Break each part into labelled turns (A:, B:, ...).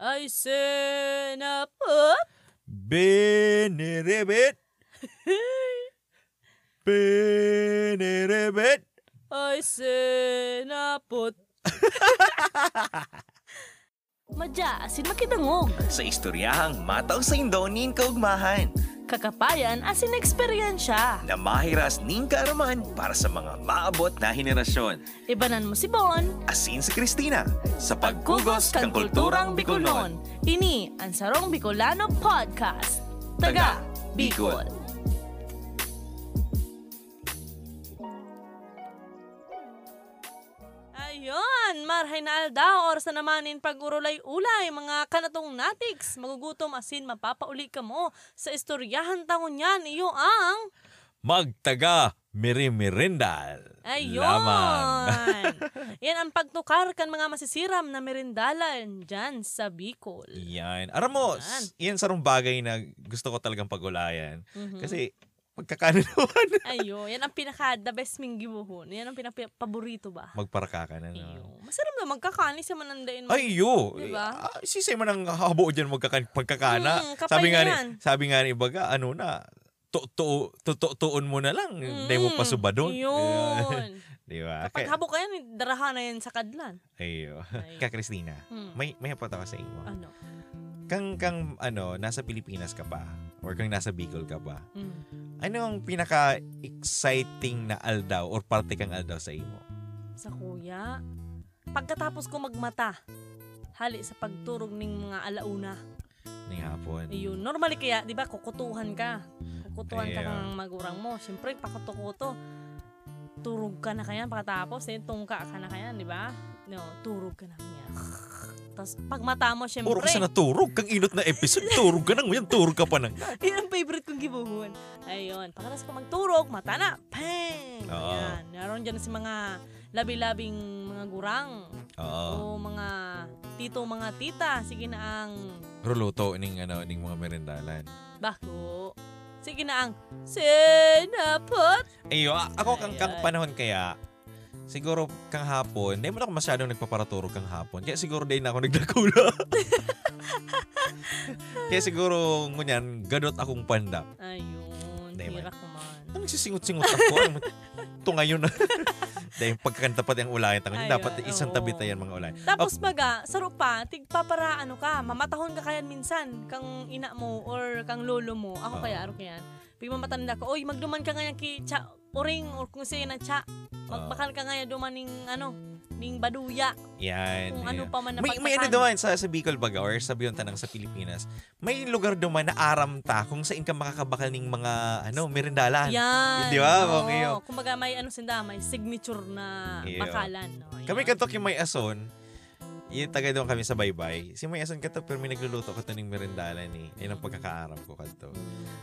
A: I send up, up.
B: Benny Rabbit. Benny Rabbit.
A: I send up, put. Madya, asin makidangog.
C: sa istoryahang mataw sa Indonin kaugmahan
A: Kakapayan asin eksperyensya.
C: na mahiras ning kaaraman para sa mga maabot na henerasyon.
A: Ibanan mo si Bon.
C: Asin sa Kristina sa pagkugos kang kulturang Bicolon.
A: Ini, ang Sarong Bicolano Podcast.
C: Taga,
A: Taga,
C: Bicol.
A: Bicol. Ayon, marhay na aldaw, oras na namanin pag-urulay-ulay, mga kanatong natiks, magugutom asin, mapapauli ka mo sa istoryahan tangon yan, iyo ang...
B: Magtaga Mirimirindal.
A: Ayon!
B: Laman.
A: Yan ang pagtukar kan mga masisiram na merindalan dyan sa Bicol.
B: Yan. Aram mo,
A: Yan.
B: s- yan sarong bagay na gusto ko talagang pag-ulayan.
A: Mhm.
B: Kasi pagkakanawan,
A: Ayo, yan ang pinaka the best ming gibuhon. Yan ang pinaka paborito ba?
B: magparaka ka na.
A: Iyo.
B: No?
A: Masarap na magkakani sa manandain mo.
B: Ay, yo.
A: Diba?
B: Ah, sisay man ang habo dyan magkakan, pagkakana.
A: Mm, kapay
B: sabi, nga
A: na
B: ni,
A: yan.
B: sabi nga ni Baga, ano na, to, to, to, to, toon mo na lang. Hindi mo
A: Mm,
B: pa Ah, subadon.
A: Yun.
B: Di ba?
A: Kapag habo ka yan, darahan na yan sa kadlan.
B: Ayo.
A: Ay.
B: Ka Christina,
A: Mm.
B: may may apat ako sa imo.
A: Ano?
B: Kang kang ano, nasa Pilipinas ka pa or kang nasa Bicol ka pa.
A: Mm.
B: Ano ang pinaka exciting na aldaw or parte kang aldaw sa imo?
A: Sa kuya. Pagkatapos ko magmata, hali sa pagturog ning mga alauna.
B: Ning hapon.
A: Ayun, normally kaya, di ba, kukutuhan ka. Kukutuhan ka
B: Ayun.
A: ng magurang mo. Siyempre, pakutukuto. Turog ka na kaya pagkatapos, eh, tungka ka na kaya, di ba? No, turog ka na kaya. Tapos, pag mata mo, siyempre.
B: Puro ka sa naturog, kang inot na episode, turog ka nang yan, turog ka pa nang.
A: Yan ang favorite kong gibuhon. Ayun, pagkatapos ko magturog, mata na, pang!
B: Oo.
A: Ayan, naroon dyan si mga labi-labing mga gurang. O
B: Oo.
A: mga tito, mga tita. Sige na ang
B: Ruluto ning ano ning mga merendalan.
A: bako. Sige na ang sinapot.
B: Ayo, a- ako kang kang
A: Ayan.
B: panahon kaya siguro kang hapon, hindi mo na ako masyadong nagpaparaturog kang hapon. Kaya siguro din ako nagdakula. kaya siguro ngunyan, gadot akong panda.
A: Ayun,
B: Hindi man.
A: hirak naman.
B: Ang Ano nagsisingot-singot ako. ang ito ngayon na. Dahil pagkakanta pa yung ulayan. Tangan,
A: Ayun,
B: dapat
A: oo.
B: isang tabi tayo ang mga ulayan.
A: Tapos baga, saro pa, tigpapara ano ka, mamatahon ka kayan minsan, kang ina mo or kang lolo mo. Ako
B: Oo.
A: kaya, aro kayan. Pag mamatanda ko, oy, magduman ka ngayon ki cha, oring, or kung siya na cha. Magbakal ka ngayon duman ning, ano, ning baduya.
B: Yan.
A: Kung
B: yan.
A: ano pa man na
B: Eh, may, may ano
A: pagtakan.
B: duman sa, sa Bicol Baga or sa Bion Tanang sa Pilipinas. May lugar duman na aram ta kung saan ka makakabakal ng mga ano, merindalan.
A: Yan.
B: Di ba?
A: Oo.
B: Okay, oh.
A: Kumbaga may ano sinda, may signature na
B: Iyo.
A: bakalan. Oh, No? Ayan.
B: Kami katok yung may ason. Yung taga doon kami sa baybay. Si may ason katok pero may nagluluto ko to ng merindalan eh. Yan ang pagkakaaram ko katok.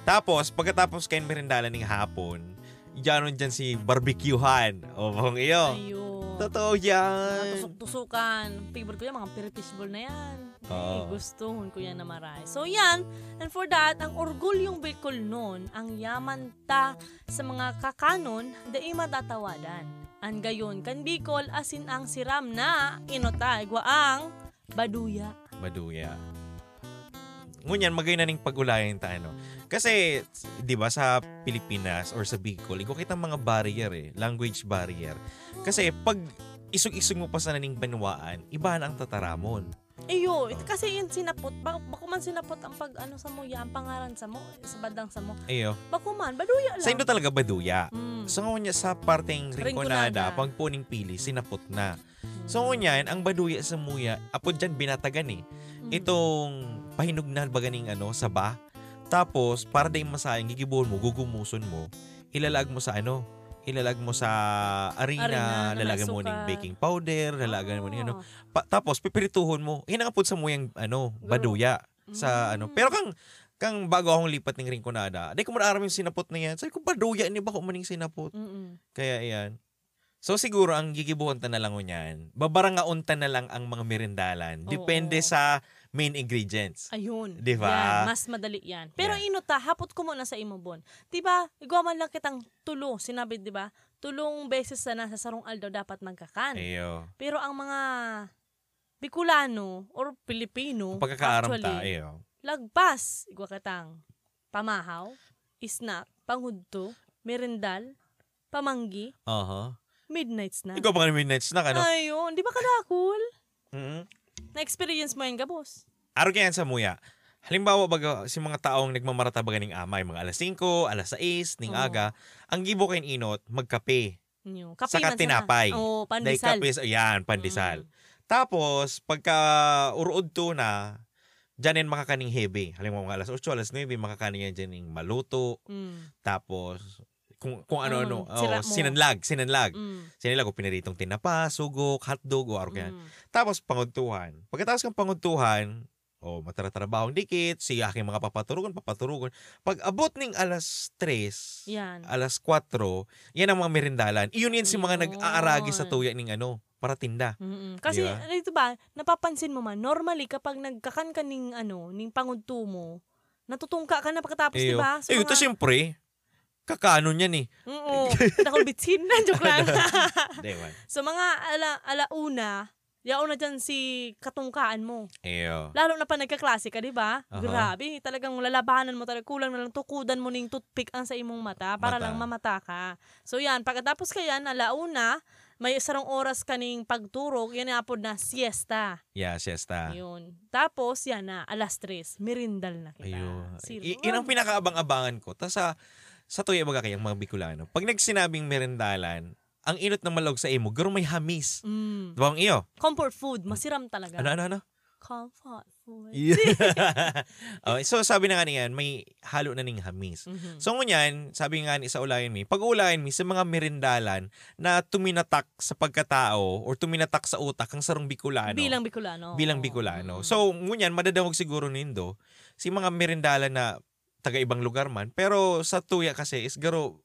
B: Tapos, pagkatapos kain merindalan ng hapon, Diyan dyan si barbecuehan. O, bang iyo.
A: Ayun.
B: Totoo
A: Mga
B: yan.
A: tusok-tusukan. Favorite ko yan, mga piripish ball na yan. Ay,
B: Oo.
A: gustuhon ko yan na maray. So yan, and for that, ang orgulyong Bicol noon, ang yaman ta sa mga kakanon, dahi matatawadan. Ang gayon, kan Bicol, asin ang siram na inota, igwaang baduya.
B: Maduya. Ngunyan, magay na ning pag-ulayan ta ano. Kasi, di ba, sa Pilipinas or sa Bicol, ikaw kita mga barrier eh. Language barrier. Kasi, pag isog-isog mo pa sa naning banwaan, iba na ang tataramon.
A: Iyo, it, kasi yun sinapot, bak- bako man sinapot ang pag ano sa mo, ya, ang pangaran sa mo, sa badang sa mo.
B: Ayo.
A: Bako man, baduya lang.
B: Sa Indo talaga baduya.
A: Mm.
B: So ngunya sa parteng rinconada,
A: Rinconada.
B: pag puning pili, sinapot na. So ngunyan, ang baduya sa muya, apo dyan binatagan eh.
A: Mm.
B: Itong pahinog na baganing ano, saba. Tapos, para dahil masayang, gigibuhon mo, gugumuson mo, ilalag mo sa ano, ilalag mo sa
A: Arena
B: arena,
A: na
B: lalagan
A: may
B: mo
A: suka.
B: ng baking powder, lalagan mo ng
A: Oh.
B: ano. Pa- tapos, pipirituhon mo. Yan ang apod sa muyang ano, baduya. Sa ano.
A: Mm.
B: Pero kang kang bago akong lipat ng Rinconada, di ko mararam yung sinapot na yan. Sabi ko, baduya, ni ba ko maning sinapot?
A: Mm-mm.
B: Kaya yan. So siguro ang gigibuhon ta na lang o niyan, babarangaon ta na lang ang mga merindalan.
A: Oo.
B: Depende sa main ingredients.
A: Ayun.
B: Di ba?
A: Yan, mas madali yan. Pero
B: Yeah.
A: inuta, hapot ko muna sa imo, Bon. Di ba, igaw man lang kitang tulo. Sinabi, di ba,
B: Eh.
A: tulong beses na nasa sarong aldaw dapat magkakan.
B: Ayo.
A: Pero ang mga Bicolano or Pilipino,
B: Pagkakaaram
A: actually,
B: tayo.
A: lagpas, igwakatang, pamahaw, isnak, panghudto, merendal, pamanggi,
B: Aha.
A: midnight snack.
B: Ikaw pa ka midnight snack, ano?
A: Ayun, di ba kadakul?
B: Mhm.
A: Na-experience mo yun ka, boss?
B: Araw kaya sa muya. Halimbawa baga si mga taong nagmamarata baga ning amay mga alas 5, alas 6 ning
A: Oo.
B: aga, ang gibo kay inot magkape.
A: Yun, Kape
B: Saka
A: man
B: tinapay.
A: Oo,
B: Dahil
A: pandesal.
B: kape, ayan, pandesal.
A: Mm.
B: Tapos pagka uruod to na Diyan yan makakaning heavy. Halimbawa mga alas 8, alas 9, makakaning yan dyan yung maluto.
A: Mm,
B: Tapos, kung, kung ano-ano.
A: Mm, sira
B: Oo,
A: mo.
B: sinanlag, sinanlag.
A: mm,
B: Sinanlag o pinaritong tinapa, sugok, hotdog, o araw kaya.
A: mm.
B: Tapos panguntuhan. Pagkatapos ng panguntuhan, o oh, mataratrabahong dikit, si aking mga papaturugan, papaturugan. Pag abot ning alas 3,
A: Yan.
B: alas 4, yan ang mga merindalan. Iyon yan si
A: Yun.
B: mga nag-aaragi sa tuya ning ano, para tinda.
A: Mm-mm. Kasi
B: Di ba?
A: ano ito ba, napapansin mo man, normally kapag nagkakan ka ning ano, ning pangudto mo, natutungka ka na pagkatapos, di
B: Iyo.
A: ba? diba, Sa
B: Iyo,
A: mga-
B: ito siyempre, kakano niyan eh.
A: Oo. Takol bitsin na, joke lang.
B: Di ba?
A: so mga ala, alauna, yao na dyan si katungkaan mo.
B: Iyo.
A: Lalo na pa nagkaklase ka, di ba?
B: Aha.
A: Grabe, talagang lalabanan mo talaga. Kulang na lang tukudan mo ning toothpick ang sa imong mata para
B: Mata.
A: lang mamata ka. So yan, pagkatapos ka yan, alauna, may sarong oras ka ning pagturog, yan na po na siesta.
B: Yeah, siesta.
A: Yun. Tapos, yan na, alas tres, merindal na kita.
B: Ayun.
A: Sir,
B: I- yun ang pinakaabang-abangan ko. Tapos sa, sa tuya baga kayang mga Bicolano, pag nagsinabing merindalan, ang inot ng malog sa imo, garo may hamis.
A: Mm.
B: Diba ang iyo?
A: Comfort food, masiram talaga.
B: Ano, ano, ano?
A: Comfort food.
B: Okay, Oh, so sabi na nga niyan, may halo na ning hamis.
A: Mhm.
B: So ngunyan, sabi nga ni sa ulayan mi, pag ulayan mi sa mga merindalan na tuminatak sa pagkatao or tuminatak sa utak ang sarong Bicolano.
A: Bilang Bicolano.
B: ano? bilang
A: oo.
B: Bicolano.
A: Mm.
B: So, ngunyan, madadawag siguro nindo si mga merindalan na taga ibang lugar man. Pero sa tuya kasi is garo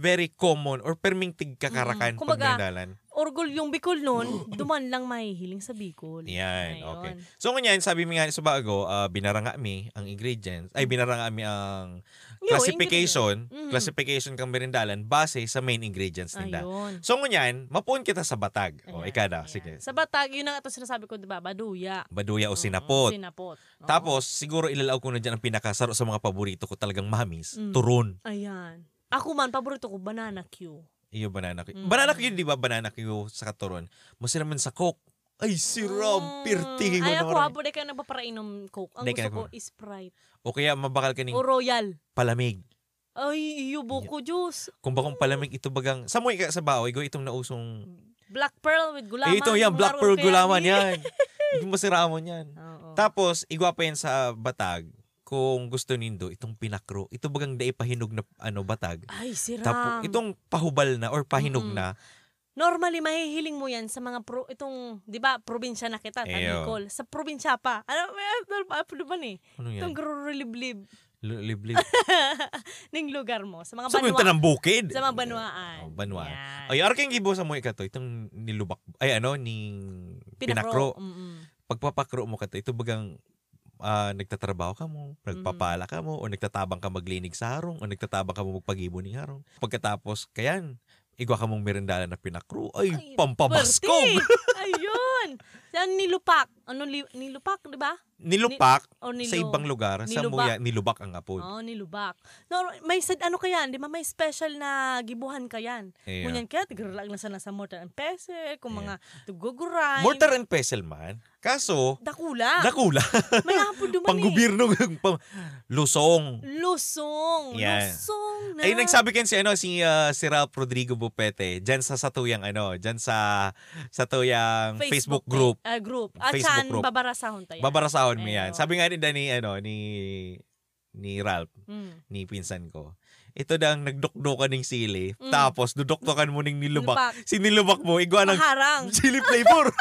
B: very common or permingtig kakarakan
A: Mm-mm.
B: pag
A: Mm, Kumbaga-
B: merindalan.
A: Orgol yung Bicol nun, duman lang may hiling sa Bicol.
B: Yan,
A: Ayun.
B: okay. So, ngunyan, sabi mi nga sa bago, ah, binaranga mi ang ingredients, ay binaranga mi ang
A: Yo,
B: classification,
A: ingredient. Mm.
B: classification kang merindalan base sa main ingredients nila.
A: Ayun.
B: So, ngunyan, mapuon kita sa batag. O,
A: Ayan,
B: ikada,
A: ayan.
B: sige.
A: Sa Batag, yun ang ito sinasabi ko, diba? Baduya.
B: Baduya
A: Oo,
B: o sinapot.
A: Sinapot. Oo.
B: Tapos, siguro ilalaw ko na dyan ang pinakasaro sa mga paborito ko talagang mamis.
A: Mm.
B: Turon.
A: Ayan. Ako man, paborito ko, banana Q.
B: Iyo, banana Q.
A: Mm.
B: Banana Q, di ba? Banana Q sa turon. Mas naman sa coke. Ay, si Rob. Pirtihin
A: Mm. Ay, ako ah,
B: ko
A: habo, di kayo napaparainom coke. Ang
B: Di
A: gusto
B: ka
A: ko
B: nagpa-
A: is Sprite.
B: O kaya mabakal ka ning
A: O Royal.
B: palamig.
A: Ay, yubo ko juice.
B: Kung bakong palamig ito bagang... Sa mo ka sa baoy, go itong nausong...
A: Black Pearl with gulaman.
B: Eh, ito yan, Black
A: Laro
B: Pearl
A: kaya
B: Gulaman
A: ni-
B: yan. Yung masiramon yan.
A: Oo.
B: Tapos, igwapa yan sa batag. Kung gusto nindo, itong pinakro. Ito bagang daipahinog na ano, batag.
A: Ay, siram.
B: Tapos, itong pahubal na or pahinog
A: Ah, Mm-mm.
B: na,
A: Normally, mahihiling mo yan sa mga pro, itong, di ba, probinsya na kita,
B: Eyo.
A: Tanicol. Sa probinsya pa. Ano, may ano ba ni?
B: Ano oh. yan?
A: Itong grurulib-lib
B: L- liblib.
A: ng lugar mo. Sa mga
B: Sa
A: banwa.
B: mga ng bukid.
A: sa mga banwaan.
B: Oh, banwaan.
A: Yan.
B: Ay, arking gibo sa mo ikato, itong nilubak, ay ano, ning pinakro.
A: Mm-mm.
B: Pagpapakro mo kato, ito bagang ah, nagtatrabaho ka mo,
A: Mm-hmm.
B: nagpapala ka mo, o nagtatabang ka maglinig sa harong, o nagtatabang ka mo magpagibo ni harong. Pagkatapos, kayan, igwa ka mong merendala na pinakro, ay,
A: Ay,
B: pampabaskog!
A: Puwerte! Ayun! Yan, nilupak. Ano, li, nilupak, di ba?
B: Nilupak
A: O nilo.
B: sa ibang lugar, sa
A: nilubak. Oh.
B: muya, nilubak ang apod.
A: Oo, nilubak. No, may sad, ano ka yan? Di ba may special na gibuhan ka yan?
B: Ayan.
A: Ngunyan kaya, tigralag na sana sa mortar and pestle, kung mga tuguguray.
B: Mortar and pestle man, kaso,
A: Dakula.
B: nakula,
A: may hapon duman eh.
B: panggobyerno, pang- lusong.
A: Lusong.
B: Yan.
A: Lusong na.
B: Ay, nagsabi kan si ano si ah, si Ralph Rodrigo Bupete diyan sa satuyang ano, diyan sa satuyang Facebook, group.
A: eh, ah, group. At
B: Facebook
A: saan
B: group.
A: babarasahon tayo?
B: Babarasahon mo 'yan.
A: Ayun.
B: Sabi nga ni ni ano ni ni Ralph,
A: Mm.
B: ni pinsan ko. Ito daw ang nagdukdukan ng sili,
A: Mm.
B: tapos dudukdukan mo ng nilubak.
A: Nilubak.
B: Si nilubak mo igwa ng
A: Maharang.
B: chili flavor.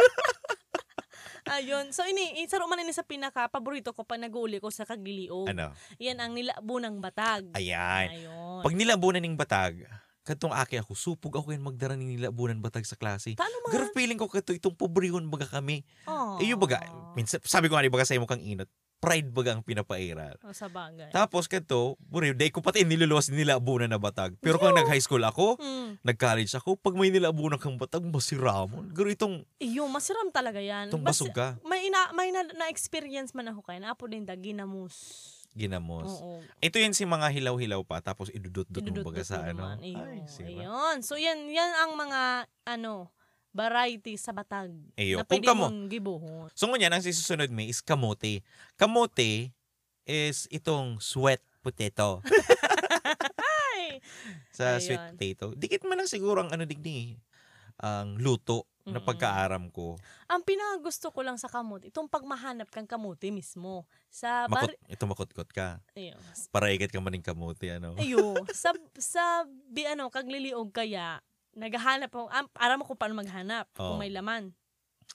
A: Ayun. So, ini, isaro man ini sa pinaka, paborito ko pa nag-uuli ko sa Kagiliog.
B: ano?
A: Yan ang nilabo ng batag.
B: Ayan.
A: Ayun.
B: Pag nilabunan ng batag, kadtong aki ako, supog ako yan magdara ng nilabunan batag sa klase.
A: Talo man.
B: Girl, feeling ko kato itong pobrehon Eh, baga kami.
A: Aw. Ah.
B: Eh, yung baga, minsan, sabi ko nga, di baga sa imo kang inot, pride baga ang pinapairal.
A: O Oh, sa bagay.
B: Tapos kanto, buri, day ko pati niluluwas nila abunan na batag. Pero kung nag-high school ako,
A: Mm.
B: nag-college ako, pag may nilabunan kang batag, masira mo. Pero itong,
A: Iyo, masiram talaga yan.
B: itong
A: Bas-
B: basog ka,
A: May, ina, may na, na-experience man ako kay Naapo din da, ginamos.
B: ginamos.
A: Oo.
B: Ito yun si mga hilaw-hilaw pa, tapos idudot-dot mo
A: Idududot
B: baga sa
A: naman.
B: ano.
A: Ayun.
B: sira.
A: Ayun. So, yan, yan ang mga, ano, variety sa batag.
B: Ayo,
A: Na
B: kung
A: pwede
B: kamo.
A: mong gibuhon.
B: So ngunyan, ang susunod may is kamote. Kamote is itong sweet potato.
A: Ay!
B: sa
A: Ayun.
B: sweet potato. Dikit man lang siguro ang ano digni, ang luto na
A: Mm-mm.
B: pagkaaram ko.
A: Ang pinakagusto ko lang sa kamot, itong pagmahanap kang kamote mismo. Sa bar...
B: Makot, ito makotkot ka.
A: Ayun.
B: Para ikat ka maning kamote, ano.
A: Ayun. sa, sa, bi, ano, kagliliog kaya, naghahanap ako, ah, aram ko paano maghanap
B: Oo.
A: kung may laman.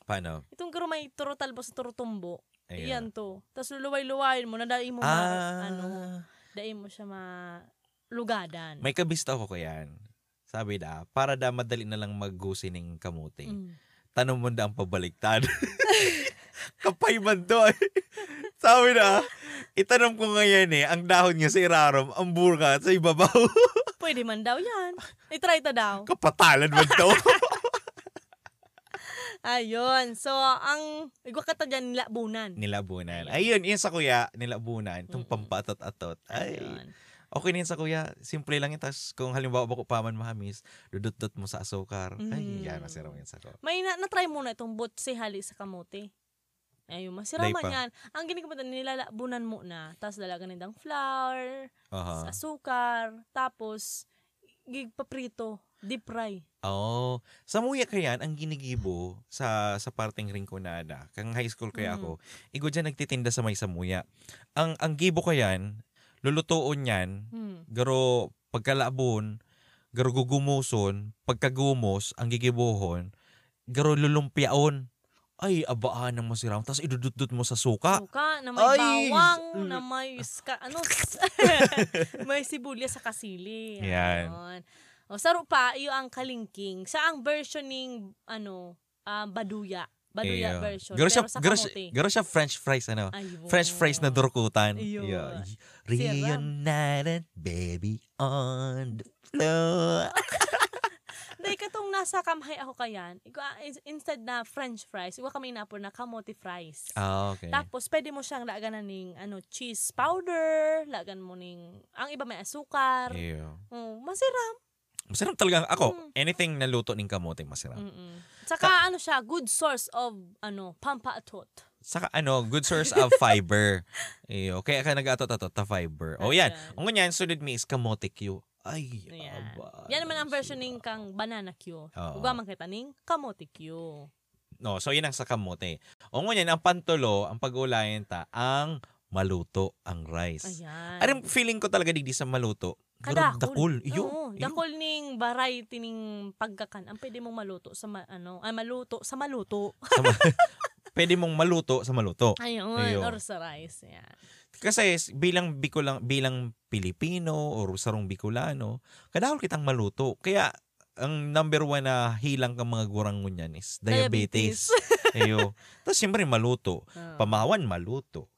B: Paano?
A: Itong karo may turotalbo sa turotumbo.
B: Ayan.
A: Iyan to. Tapos luluway-luwayin mo, nadain mo ma,
B: Ah,
A: ano, dain mo siya ma lugadan.
B: may kabista ako ko yan. Sabi na, para da madali na lang maggusi ng kamote.
A: Mm.
B: Tanong mo na ang pabaliktad. Kapay man to. ay. Sabi na, itanong ko ngayon eh, ang dahon niya sa iraram, ang burka sa ibabaw.
A: Pwede man daw yan. I-try ta daw.
B: Kapatalan man to.
A: Ayun. So, ang igwa kata dyan, labunan.
B: nilabunan. Ayun, yun sa kuya, nilabunan. Itong
A: Mm-mm.
B: pampatot-atot. Ay,
A: Ayun.
B: okay na yun sa kuya. Simple lang yun. Tapos kung halimbawa bako paman mahamis, dudot-dot mo sa asukar. Ay,
A: Mm.
B: yan, nasira mo yun sa ko.
A: May na, na-try muna itong botse hali sa kamote. Ayun, masira
B: Day
A: man
B: pa.
A: yan. Ang ginagawa nilalabunan mo na. Tapos dalaga ng flour,
B: Aha.
A: asukar, tapos gigpaprito, deep fry.
B: Oo. Oh. Sa muya kaya, ang ginigibo sa sa parteng ring ko na na, kang high school
A: Mm.
B: kaya ako, igo dyan nagtitinda sa may samuya. Ang ang gibo kayan, lulutuon yan,
A: Hmm.
B: garo pagkalabon, garo gugumuson, pagkagumos, ang gigibohon, garo lulumpiaon. Ay, abaan ng masiram. Tapos idudutdut mo sa suka.
A: Suka, na may
B: Ah. Ay!
A: bawang,
B: Mm.
A: na may ska, ano, may sibulya sa kasili.
B: Yan.
A: Ayun. O, saro pa, iyo ang kalingking. Sa ang versioning, ano, ah, baduya. Baduya
B: Ayun.
A: version.
B: Garo
A: pero
B: siya,
A: sa
B: garo,
A: kamote.
B: siya, garo siya french fries, ano?
A: Ayun.
B: French fries na dorkutan.
A: Ayun.
B: Yeah.
A: Siram.
B: Reunited, baby, on the floor.
A: Dahil katong nasa kamhay ako kayan, ikaw- in- ah, instead na french fries, iwa kami napon na kamote fries.
B: Ah, okay.
A: Tapos, pwede mo siyang laganan ning ano, cheese powder, lagan mo ning, ang iba may asukar.
B: Ew.
A: Oh, masira.
B: Masarap talaga. Ako,
A: Mm.
B: anything na luto ng kamote, masarap.
A: Mm-mm. Saka ano siya, good source of ano, pampaatot.
B: Saka ano, good source of fiber. Eyo, kaya ka nag-atot-atot ta fiber. O yan.
A: Ayan.
B: Ang ganyan, sunod mi is kamote Q. Ay,
A: Ayan.
B: aba.
A: Yan naman ang versioning kang banana Q.
B: Ah, Oo.
A: Uga man kita ning kamote Q.
B: No, so yan ang sa kamote. O ngunyan, ang pantolo, ang pag-ulayan ta, ang maluto, ang rice.
A: Ayan.
B: Alam, feeling ko talaga digdi sa maluto. Garang
A: Kadakol.
B: dakol. Iyo.
A: Oo,
B: iyo.
A: dakol ning variety ning pagkakan. Ang pwede mong maluto sa ma- ano, ay maluto sa maluto.
B: Sama- Pwede mong maluto sa maluto.
A: Ayun,
B: Ayun.
A: or sa rice. Yan.
B: Kasi s- bilang Bicolang, bilang Pilipino or sarong Bicolano, kadahol kitang maluto. Kaya ang number one na hilang kang mga gurang ngunyan is diabetes. Ayo. Tapos siyempre maluto.
A: Oo.
B: Pamawan maluto.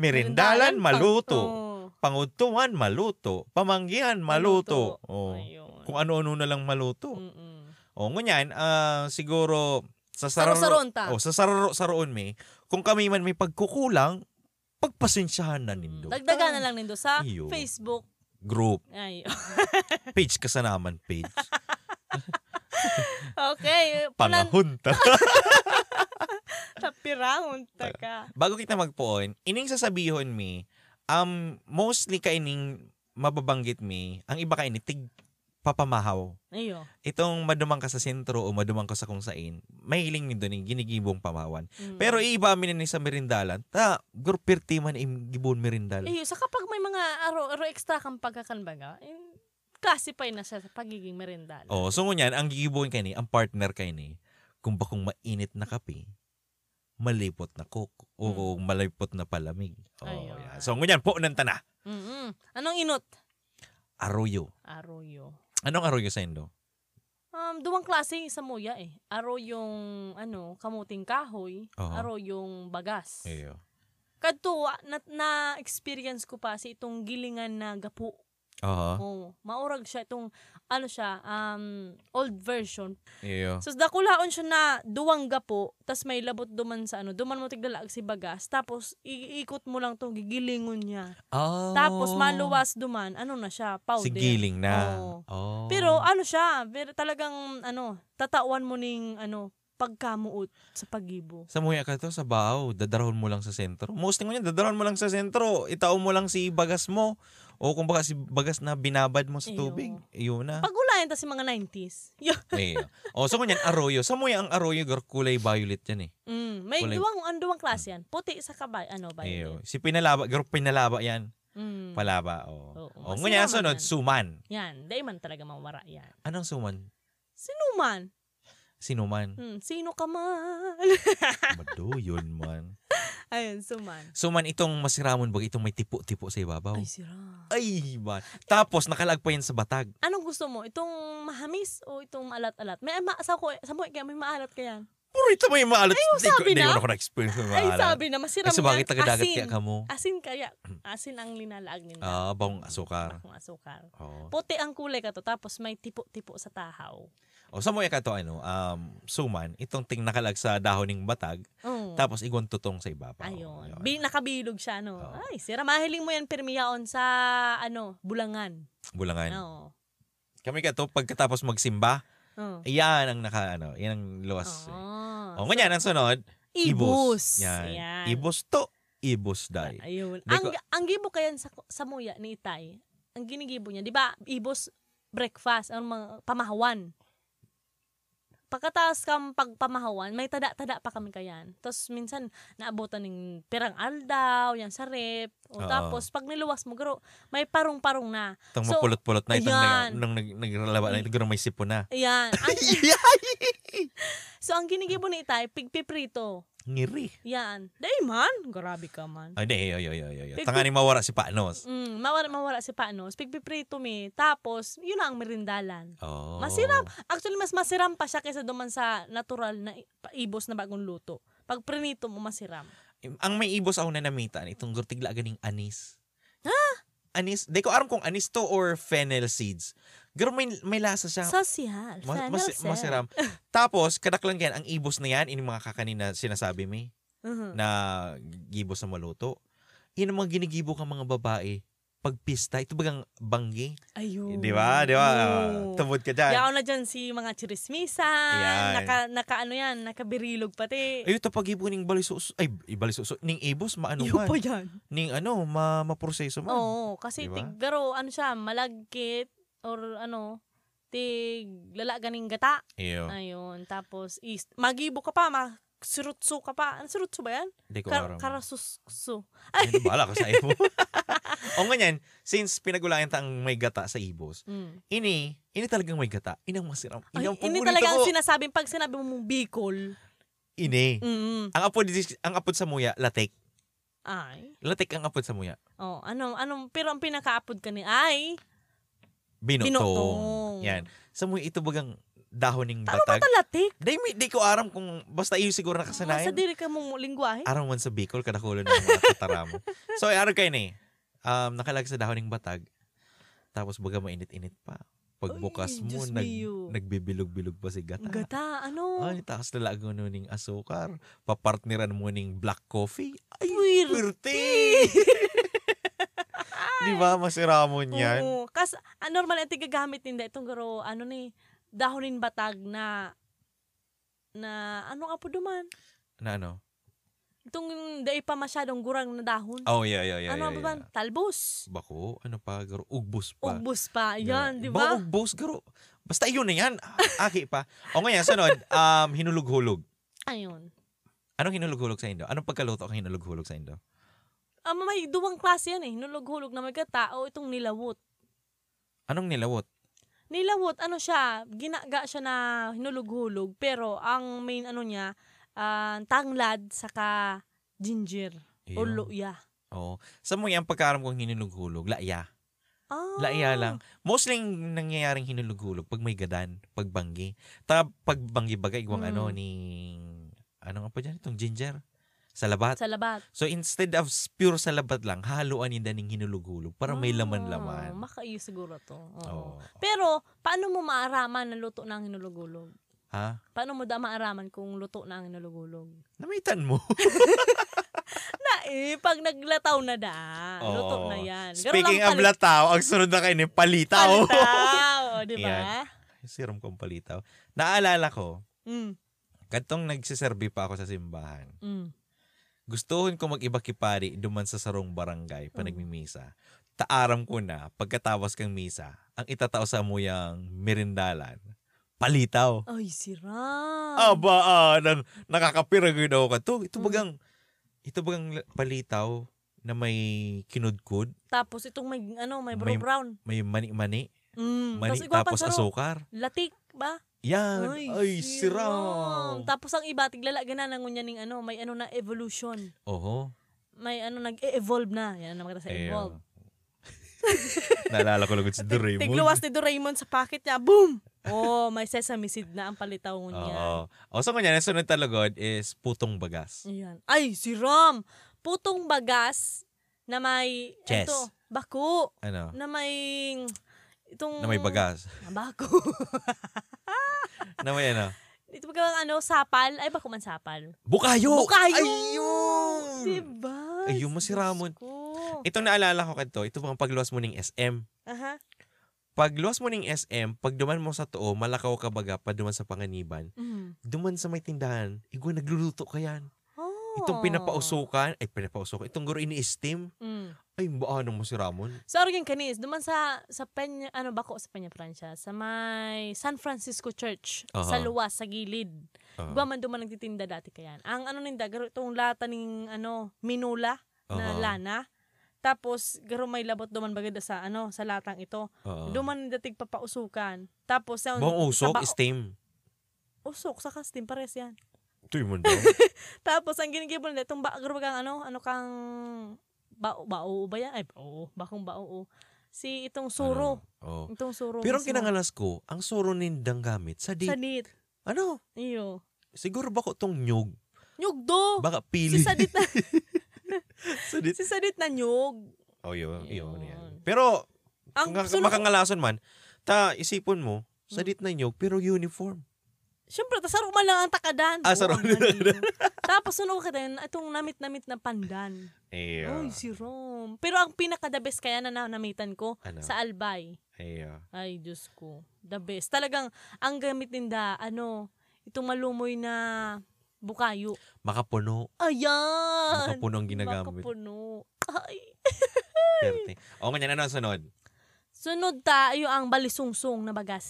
B: Merindalan oh. maluto.
A: Oo.
B: Pangutuan maluto. Pamanggihan maluto. Mm. Oh.
A: Ayun.
B: Kung ano-ano na lang maluto.
A: Mm-mm.
B: O ngunyan, ah, siguro sa sararo-
A: Saro-saron ta.
B: Oh, sa sararo saroon may kung kami man may pagkukulang, pagpasensyahan na nindo.
A: Dagdagan na lang nindo sa
B: Iyo.
A: Facebook.
B: Group.
A: Ay,
B: Page kasanaman page.
A: okay. Pulan
B: Panahon ta.
A: tapirahon ta ka.
B: Bago kita magpuon, ining sasabihon mi, um, mostly kaining mababanggit mi, ang iba kaini, tig papamahaw.
A: Ayo.
B: Itong madumang ka sa sentro o madumang ka sa kung sain, mahiling nindo ni ginigibong pamawan.
A: Mm.
B: Pero iba amin ni sa merindalan, ta, grupirti man im gibon merindal.
A: Iyo, sa kapag may mga aro, aro extra kang pagkakanbaga, in, classify na siya sa pagiging merendal.
B: Oh, so ngunyan, ang gigibon kay ni, ang partner kay ni, kung bakong mainit na kape, malipot na coke o malipot na palamig. Oh,
A: Ayun.
B: yeah. So ngunyan, po nanta na.
A: Mm-mm. Anong inot?
B: Arroyo.
A: Arroyo.
B: Anong arroyo sa Indo?
A: Um, duwang klase sa muya eh. Aro yung, ano, kamuting kahoy.
B: Oo.
A: Aro yung bagas.
B: Eyo.
A: Kadto na, na experience ko pa sa itong gilingan na gapu.
B: Aha.
A: Oh, maurag siya itong ano siya, um old version.
B: Iyo.
A: So dakulaon siya na duwang gapo, tas may labot duman sa ano, duman mo tigdalaag si bagas, tapos iikot mo lang tong gigilingon niya.
B: Oh.
A: Tapos maluwas duman, ano na siya, powder.
B: Sigiling Oh, na.
A: Oo.
B: Oh.
A: Pero ano siya, pero talagang ano, tatawan mo ning ano, pagkamuot sa pagibo.
B: sa muya ka to, sa bao, dadarahon mo lang sa sentro. Mostly mo niyan, dadarahon mo lang sa sentro. Itaon mo lang si bagas mo. O kung baka si bagas na binabad mo sa
A: Iyo.
B: tubig. Iyo na.
A: Pagulayan ta si mga 90s. Yo.
B: Iyo. O, sa kunyan, arroyo. Sa muya ang arroyo, gar- kulay violet yan eh.
A: Mm, may
B: Kulay-
A: duwang ang duwang klase yan. Puti sa kabay, ano ba
B: Iyo.
A: yun?
B: Si pinalaba, gar- pinalaba yan.
A: Mm.
B: Palaba, oh. o.
A: Oo.
B: O,
A: Mas
B: ngunyan,
A: yumaman
B: sunod,
A: yan.
B: suman.
A: Yan, dahil man talaga mawara yan.
B: Anong suman?
A: Sino man?
B: Sinuman.
A: Mm, sino ka man?
B: Maduyon man.
A: Ayun, suman.
B: Suman, itong masiramon bag, itong may tipo-tipo sa ibabaw.
A: Ay, sira.
B: Ay, man. Tapos, nakalag pa yan sa batag.
A: Anong gusto mo? Itong mahamis o itong maalat-alat? May ma sa ko, sa mo kaya may maalat ka yan.
B: Puro ito may maalat. Ay,
A: sabi
B: Hindi ko
A: na.
B: na ako na-experience ng
A: Ay,
B: maalat.
A: sabi na masira
B: Ay, sa bakit tagadagat
A: asin.
B: kaya ka mo? Hmm.
A: Asin kaya. Asin ang linalaag nila.
B: Ah, bawang asukar. Oh.
A: Bakong asukar.
B: Oo.
A: Puti ang kulay ka to, tapos may tipo-tipo sa tahaw.
B: O, sa moya ka to, ano, um, suman, itong ting nakalag sa dahon ng batag,
A: Mm.
B: tapos igon tutong sa ibabaw.
A: Ayun.
B: Ayun.
A: Bi- nakabilog siya, no?
B: Oo.
A: Ay, sira. Mahiling mo yan, Pirmiaon, sa, ano, Bulangan.
B: Bulangan.
A: Oo.
B: Kami ka to, pagkatapos magsimba,
A: Oo.
B: yan ang naka, ano, yan ang luwas. eh.
A: Oo.
B: O, ganyan, ang sunod, ibus. Yan.
A: Ayan.
B: Ibus to, ibus day.
A: Ayun.
B: Hindi
A: Ang,
B: ko-
A: ang gibo kayan sa, sa muya ni Itay, ang ginigibo niya, di ba, ibos breakfast, ang mga pamahawan. Pagkataas kam pagpamahawan, may tada-tada pa kami kayan. Tapos minsan, naabutan ng pirang aldaw, yan sa rep. O,
B: Oo.
A: tapos, pag niluwas mo, garo, may parong-parong na.
B: Itong
A: So,
B: mapulot-pulot na, itong
A: ayan. Mm.
B: nag, nung nag, naglalaba na, itong may sipo na.
A: Ayan. Ang, so, ang ginigibo ni Itay, pigpiprito.
B: Ngiri.
A: Yan. Day man, grabe ka man.
B: Ay, di, ay, ay, ay, ay, ay.
A: Pero-
B: Tanga ni mawara si Panos.
A: Mm, mawala, mawala si Panos. Pigpiprito mi. Tapos, yun na ang merindalan.
B: Oh.
A: Masiram. Actually, mas masiram pa siya kaysa duman sa natural na i- paibos na bagong luto. Pag prinito mo, masiram.
B: Ang may ibos ako na namitan, itong gurtigla ganing anis. Ha? Anis. Di ko aram kung anis to or fennel seeds. Pero may, may lasa siya.
A: Social.
B: Ma-
A: Fennel
B: mas-
A: cell.
B: masiram. Tapos, kadaklang yan, ang ibos na yan, yung mga kakanina sinasabi mi,
A: Mhm.
B: na gibos na maluto. Yan ang mga ginigibo ka mga babae. Pagpista, ito bagang banggi.
A: Ayun.
B: Di ba? Di ba?
A: Oo.
B: Tabod ka dyan.
A: Yaon na dyan si mga chirismisan.
B: Ayan.
A: Naka, naka ano yan, nakabirilog pati.
B: Ay, ito pag-ibo ning balisuso. Ay, balisuso. Ning ibos, maano
A: Yung
B: ano man.
A: pa yan.
B: Ning ano, ma maproseso man.
A: Oo, kasi
B: Di ba?
A: tig, pero ano siya, malagkit or ano, tig lala ganing gata.
B: Iyo.
A: Ayun, tapos is, magibo ka pa, ma sirutso ka pa. Ano sirutso ba yan?
B: Hindi ko
A: Kar-
B: aram.
A: karasusukso.
B: Ay, bala ka sa iyo. o ganyan, since pinagulayan ta ang may gata sa ibos,
A: Mm.
B: ini, ini talagang may gata. Inang masiram.
A: Ay,
B: Inang
A: ini
B: paborito
A: talaga ang
B: ko.
A: sinasabing pag sinabi mo mong Bicol.
B: ini.
A: Mm.
B: Ang apod, ang apod sa muya, latek.
A: Ay.
B: Latek ang apod sa muya.
A: Oh, ano ano pero ang pinakaapod ka ni ay
B: Binotong.
A: Binotong.
B: Yan. Sa muya, ito bagang dahon ng
A: ano ba
B: batag.
A: talatik?
B: Di, mi- di ko aram kung basta iyo siguro
A: Sa
B: nakasanayan.
A: diri ka mong lingwahe.
B: Araw man sa Bicol, kadakulo ng mga kataramo. so, araw kayo ni, um, nakalag sa dahon ng batag, tapos baga mainit-init pa. Pagbukas
A: Ay,
B: mo,
A: Diyos
B: nag,
A: mio.
B: nagbibilog-bilog pa si
A: Ang
B: gata.
A: Gata, ano?
B: Ay, taas talaga nun ng asukar. Papartneran mo ng black coffee. Ay,
A: Puwerte.
B: pirti! Di ba, masira mo niyan?
A: Oo. Kas, ah, normal yung tigagamit nila itong garo, ano ni, dahonin batag na, na, ano nga po duman?
B: Na ano?
A: Itong dai pa masyadong gurang na dahon.
B: Oh, yeah, yeah, yeah.
A: ano
B: yeah,
A: ba
B: yeah.
A: man? Talbos.
B: Bako, ano pa, garo? Ugbos pa.
A: Ugbos pa.
B: Yeah.
A: Yan, di ba?
B: Baka ugbos, garo. Basta yun na yan. A- Aki pa. O ngayon, sunod, um, hinulog-hulog.
A: Ayun.
B: Anong hinulog-hulog sa Indo? Anong pagkaluto ang hinulog-hulog sa Indo?
A: Ah, may duwang klase yan eh. Nulog-hulog na may gata o itong nilawot.
B: Anong nilawot?
A: Nilawot, ano siya, ginaga siya na hinulog-hulog, pero ang main ano niya, ah, tanglad saka ginger o
B: Ayun.
A: luya.
B: Oo. Sa mga ang pagkaram kong hinulog-hulog, laya.
A: Ah.
B: Laya lang. Mostly ang nangyayaring hinulog-hulog pag may gadan, pag banggi. Ta, pag banggi bagay, igwang
A: Mm.
B: ano ni... Ano nga pa dyan? Itong ginger? Salabat.
A: Sa labat.
B: So instead of s- pure salabat lang, haluan yun ng hinulog-hulog para may laman-laman.
A: Oh, makaiyo siguro to. Oo.
B: Oo.
A: Pero, paano mo maaraman na luto na ang hinulugulog?
B: Ha?
A: Paano mo da maaraman kung luto na ang hinulugulog?
B: Namitan mo.
A: Na eh, pag naglataw na da, luto
B: Oo.
A: na yan.
B: Speaking of lataw, ang sunod na kayo ni palitaw.
A: Palitaw, oh, di ba?
B: Siram kong palitaw. Naalala ko,
A: Mm,
B: katong nagsiserbi pa ako sa simbahan,
A: mm.
B: gustuhon ko mag-iba kipari duman sa sarong barangay pa nagmimisa. Taaram ko na, pagkatapos kang misa, ang itatao sa mo yung merindalan, palitaw.
A: Ay, sira.
B: Aba, ah, nang, nakakapiragin ako ka. Ito, ito bagang, ito bagang la- palitaw na may kinudkod,
A: Tapos itong may, ano, may brown
B: May-
A: brown.
B: may mani-mani,
A: Mm.
B: mani,
A: tapos iguapan
B: tapos
A: sa ro-
B: asukar.
A: latik ba?
B: Yan, ay,
A: siram.
B: sirang.
A: Tapos ang iba, tiglala gananang ngunya ning ano, may ano na evolution.
B: Oho.
A: May ano, nag-evolve na. Yan ang makita sa
B: Ayun.
A: evolve.
B: Naalala ko lang si Doraemon.
A: Tigluwas ni Doraemon sa packet niya. Boom! Oh, may sesame seed na ang palitaw niya.
B: Oo. O so kunyan, ang sunod talagod is putong bagas.
A: Ayan. Ay, si Ram! Putong bagas na may...
B: Chess.
A: Ito, bako.
B: Ano?
A: Na may... Itong...
B: Na may bagas.
A: Ah, Bako.
B: na may ano?
A: Ito ba ang ano, sapal? Ay, bako man sapal.
B: Bukayo!
A: Bukayo!
B: Ayun!
A: Diba?
B: Ayun mo si
A: Diyos
B: Ramon.
A: ko.
B: Ito naalala ko kanto, ito bang pagluwas mo ng SM.
A: Aha.
B: Pagluwas mo ng SM, pag duman mo sa tuo, malakaw ka baga pa duman sa panganiban,
A: Mm.
B: duman sa may tindahan, igwa nagluluto ka yan.
A: Oh.
B: Itong pinapausukan, ay pinapausukan, itong guro ini-steam,
A: Mm.
B: ay baanong mo si Ramon.
A: So, arugin kanis, duman sa, sa Peña, ano bako sa Peña Francia, sa may San Francisco Church, sa
B: Aha. Ah.
A: luwas, sa gilid.
B: Oo.
A: Gwa man duman nagtitinda dati kayan. Ang ano ninda, garo itong lata ning ano, minula na
B: Oo.
A: lana. Tapos, garo may labot duman bagada sa ano, sa latang ito.
B: Oo.
A: Duman ninda tigpapausukan. Tapos, sa,
B: Bang
A: sa
B: Ah. usok,
A: bao-
B: steam.
A: usok, sa kastim, pares yan.
B: Ito yung mundo.
A: Tapos, ang ginigibol nila, itong ba, garo ba kang ano, ano kang, bao, bao ba yan? Ay, bao, bakong bao. oh. Si itong suro.
B: Oo.
A: Itong suro.
B: Oh. Pero ang
A: mismo.
B: kinangalas ko, ang suro nindang gamit sa di,
A: Sadit.
B: ano,
A: Iyo.
B: siguro bako tong nyug,
A: Nyugdo!
B: baka
A: Si
B: pili.
A: sadit na,
B: sa di.
A: si sadit na nyug.
B: Oh, yun, yun,
A: Yun.
B: yan. Pero,
A: Ang Hmm.
B: ang
A: sunod-
B: makangalason man, ta, isipin mo, sa dit na nyug, pero uniform.
A: Siyempre, tasaro man lang ang takadan.
B: Ah, saro.
A: Oo, ang galing. Tapos, sunod ka din, itong namit-namit na pandan.
B: Eh,
A: Ay, si Rom. Pero ang pinaka-the best kaya na namitan ko,
B: Ano?
A: sa Albay.
B: eh, ah.
A: Ay, Diyos ko. The best. Talagang, ang gamit ninda, ano, itong malumoy na bukayo.
B: makapuno.
A: Ayan!
B: Makapuno ang ginagamit.
A: Makapuno. Ay.
B: Perte. O, ganyan, ano ang sunod?
A: Sunod tayo ang balisungsong na bagas.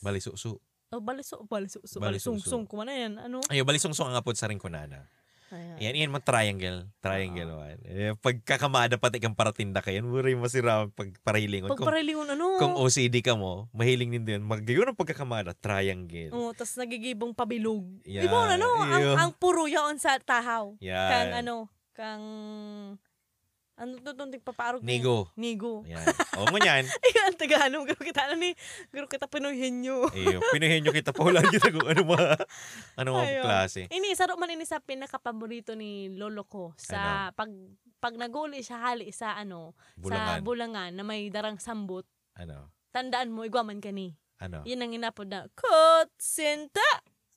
B: Balisuso.
A: Oh, baliso, baliso, so,
B: Balisungsong.
A: balisungsong. Kung ano yan, ano?
B: Ayun, balisungsong ang apod sa rin ko nana.
A: Ayan.
B: Yan, yan, mga triangle. Triangle, man. Eh, pagkakamada pati kang paratinda ka, yan, muray masira pag parahilingon.
A: Pag
B: Kung-
A: paralingon, ano?
B: kung OCD ka mo, mahiling din din. Magayon ang pagkakamala, triangle.
A: Oo, Oh, tas nagigibong pabilog.
B: Yeah.
A: Di ba, ano? Ang,
B: Yeah.
A: ang puro yaon sa tahaw.
B: Yan.
A: Kang, ano, kang... Ano to itong tigpaparog? niya?
B: Nigo.
A: Nigo.
B: Yan. O mo yan.
A: Ay, ang taga, ano, garo kita, ano ni, garo kita pinuhin nyo.
B: Iyo, pinuhin nyo kita pa wala kita kung ano mga, ano mga
A: Ayun.
B: klase.
A: Ini, saro man ini sa pinakapaborito ni lolo ko sa pag pag naguli siya hali sa ano sa
B: Bulangan.
A: bulangan na may darang sambot
B: Ano?
A: tandaan mo igwaman ka ni
B: Ano?
A: Yun ang inapod na, Kotsinta!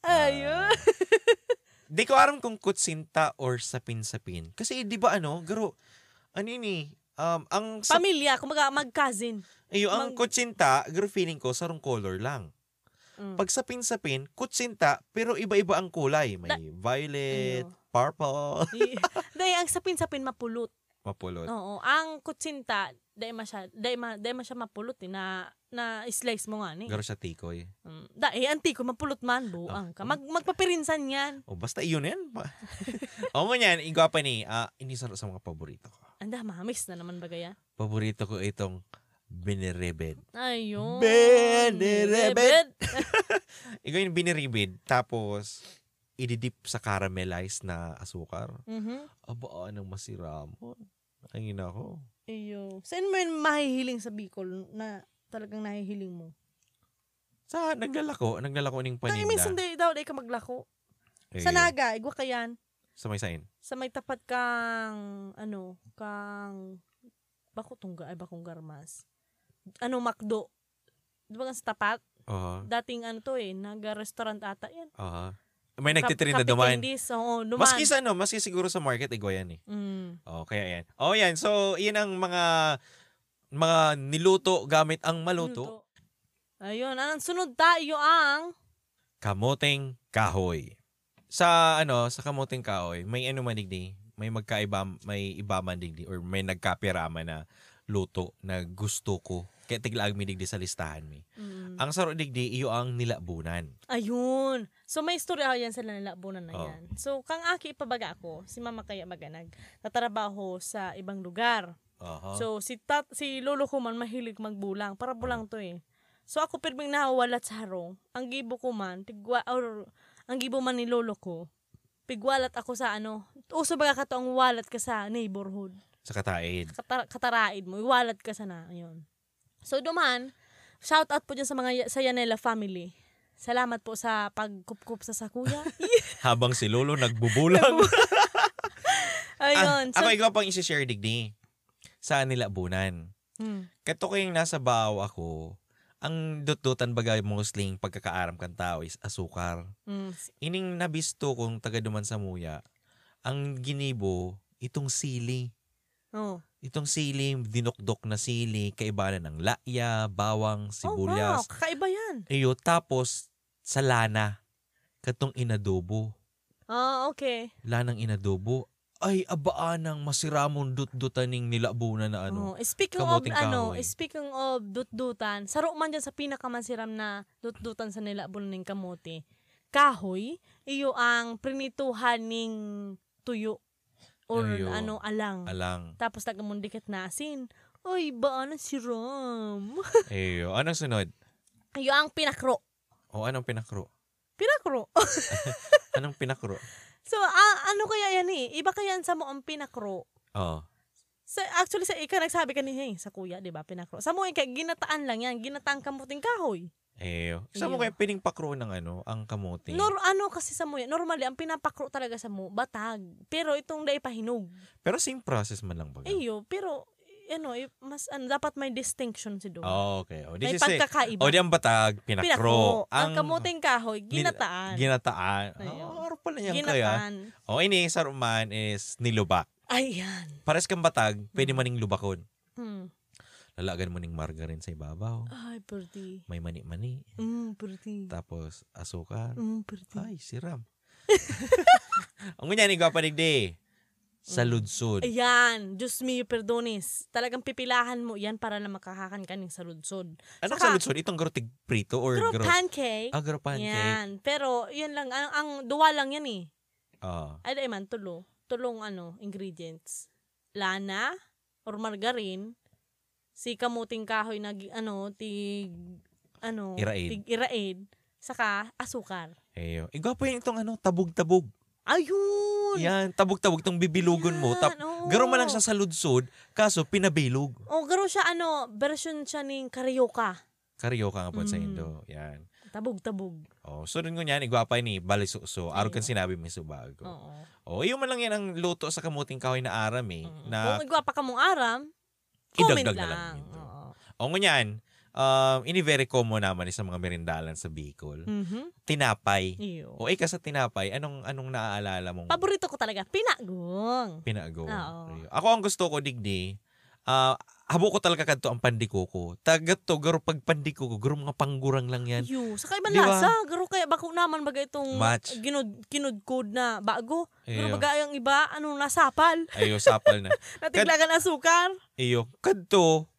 A: Ayun.
B: Ah. Di ko aram kung kutsinta or sapin-sapin. Kasi di ba ano, garo, ano yun eh, um, ang, sa,
A: Pamilya, kumbaga mag-cousin.
B: iyo, ang
A: mang-
B: kutsinta, garo feeling ko, sarong color lang.
A: Mm.
B: Pag sapin-sapin, kutsinta, pero iba-iba ang kulay. May
A: Da-
B: violet,
A: Iyo.
B: purple,
A: Di- Dahil ang sapin-sapin mapulot.
B: mapulot.
A: Oo. Ang kutsinta, dahil masya, dahil ma, dahil masya mapulot eh, na, na slice mo nga ni.
B: Garo siya tikoy.
A: Mm. Dahil anti ko mapulot man, buang ka. Mag, magpapirinsan yan.
B: O basta iyon yan. o mo yan, igwa pa ni, ah, inisaro sa mga paborito ko.
A: Anda, mamis na naman bagaya.
B: Paborito ko itong binirebed.
A: Ayun.
B: Benerebet. Ikaw yung binirebed, tapos ididip sa caramelized na asukar.
A: Mhm.
B: Aba, anong masira mo? Ang ina ko.
A: Ayun. Saan mo yun mahihiling sa Bicol na talagang nahihiling mo?
B: Sa naglalako, naglalako ning
A: Dahil minsan
B: paninda.
A: dahil daw dahil ka maglako.
B: Eh,
A: Sa Naga, igwa ka yan.
B: Sa may sain.
A: Sa may tapat kang, ano, kang, bakutungga, ay bakong garmas. Ano, makdo. Di ba nga sa tapat?
B: Oo.
A: Dating ano to eh, naga-restaurant ata yan.
B: Oo. May
A: Kap-
B: nagtitrin na
A: Captain
B: dumaan.
A: Candies, oo, dumaan.
B: Maski sa ano, maski siguro sa market, igwa yan eh.
A: Mm.
B: Oh, kaya yan. Oh, yan. So, yan ang mga mga niluto gamit ang maluto.
A: Luto. Ayun, ang sunod tayo ang
B: Kamoteng kahoy. Sa ano, sa kamoteng kahoy, may ano man digdi, may magkaiba, may iba man digdi or may nagkapirama na luto na gusto ko. Kaya tiglaag mi digdi sa listahan mi.
A: Mm.
B: Ang saro digdi, iyo ang nilabunan.
A: Ayun. So may istorya yan sa nalabunan na
B: Oh.
A: yan. So kang aki ipabaga ako, si Mama kaya maganag, natrabaho sa ibang lugar.
B: Oho.
A: So si tat, si lolo ko man mahilig magbulang,
B: Ah.
A: para bulang to eh. So ako pirming nawalat sa harong. Ang gibo ko man, tigwa, or ang gibo man ni lolo ko, pigwalat ako sa ano, uso baga ka to ang walat ka sa neighborhood.
B: sa kataid.
A: Katar- kataraid mo, iwalat ka sana. Ayun. So duman, shout out po dyan sa mga sa Yanela family. Salamat po sa pagkupkup sa sakuya.
B: Habang si Lolo nagbubulang.
A: Ayun.
B: Ah,
A: so,
B: ako ikaw pang isi-share digdi sa nilabunan.
A: Mm.
B: Kato ko yung nasa bahaw ako, ang dututan baga mostly yung pagkakaaram kan tao is asukar.
A: Mm.
B: Ining nabisto kong taga duman sa muya, ang ginibo, itong sili.
A: Oh.
B: Itong sili, dinokdok na sili, kaibanan ng laya,
A: Oh,
B: bawang,
A: wow.
B: sibuyas.
A: Kakaiba yan.
B: Iyo, tapos sa lana, katong inadobo.
A: Ah, okay.
B: Lanang inadobo. Ay, abaan ng masiramon dutdutaning nilabunan na ano.
A: Oh, speaking of
B: kamuting
A: ano,
B: kahoy.
A: speaking of dutdutan, saro man dyan sa pinakamansiram na dutdutan sa nila ng kamote. Kahoy, iyo ang prinituhan ning tuyo or
B: Ayo.
A: ano alang.
B: Alang.
A: Tapos nagamundikat na asin. Uy, ba ano si Rom?
B: Iyo, anong sunod?
A: Yung ang pinakro.
B: O anong pinakro?
A: Pinakro.
B: Anong pinakro?
A: so, ah, ano kaya yan eh? Iba kaya yan sa mo ang pinakro?
B: Oo.
A: Sa, actually, sa ika, nagsabi kanina eh, sa kuya, di ba, pinakro. Sa mo, ika, ginataan lang yan. Ginataang kamuting kahoy.
B: Eh, saan mo
A: Iyo.
B: kaya pining pakro ng ano, ang kamote?
A: Nor, ano kasi sa mo yan? Normally, ang pinapakro talaga sa mo, batag. Pero itong dai pahinog.
B: Pero same process man lang baga.
A: Iyo, pero, ano, eh, mas, ano, dapat may distinction si do.
B: Oh, okay. O,
A: may
B: this is it.
A: pagkakaiba.
B: O, di ang batag, pinakro.
A: Ang, kamuting kahoy, ginataan.
B: Ginataan.
A: Ayun.
B: Oh, araw pala niyan kaya.
A: ginataan.
B: O, ini, sa Roman is nilubak.
A: Ayan.
B: Pares kang batag, pwede maning lubakon.
A: Hmm.
B: Lalagan mo ning margarine sa ibabaw.
A: Ay, pretty.
B: May mani-mani.
A: Mm, pretty.
B: Tapos, asukar.
A: Mm, pretty.
B: Ay, siram. Ang ganyan, ikaw panigdi. Sa ludsod.
A: Ayan, Diyos me, perdones. Talagang pipilahan mo yan para na makahakan ka ng saludsod.
B: Anong
A: Saka-
B: sa lutsod? Itong grotig prito or
A: Pero
B: gro-
A: pancake,
B: Agro pancake.
A: yan. Pero, yun lang, ang, ang duwa lang yan eh.
B: Oo.
A: Ay, di man, tulo. Tulong ano, ingredients. Lana, or margarine, si kamuting kahoy na, gi- ano, tig, ano,
B: Iraid.
A: tig iraid, saka asukar.
B: Eyo. Igwa po yan itong ano, tabog-tabog.
A: Ayun!
B: Yan, tabog-tabog itong bibilugon mo. Tap,
A: Yan, oo.
B: garo man lang siya sa ludsod, kaso pinabilog.
A: O, garo siya, ano, version siya ng karyoka.
B: Karyo ka nga po sa
A: Mm.
B: Indo. Yan.
A: Tabog-tabog.
B: Oh, so rin ko niyan, igwa pa ni balisuso. Araw kan sinabi may subago.
A: Oo.
B: Oh, iyo man lang yan ang luto sa kamuting kahoy na aram eh.
A: Mm.
B: Na
A: Kung igwa pa ka mong aram, comment
B: idagdag na lang.
A: lang.
B: ito.
A: Oo.
B: O oh, ngunyan, um, ini very common naman eh sa mga merindalan sa Bicol.
A: Mhm.
B: Tinapay.
A: Iyo.
B: O ikaw sa tinapay, anong anong naaalala mong
A: Paborito ko talaga, pinagong.
B: Pinago.
A: Oo.
B: Ayun. Ako ang gusto ko digdi. ah habo ko talaga kadto ang pandikoko. Tagat to garo pag pandikoko, garo mga panggurang lang yan.
A: Iyo. Sa kaibang
B: Di ba?
A: lasa, garo kaya bako naman baga itong
B: Match.
A: ginud, kinudkod na bago. Garo
B: Iyo.
A: baga yung iba, ano, nasapal,
B: Ayo sapal na.
A: natiglagan asukar.
B: Iyo kadto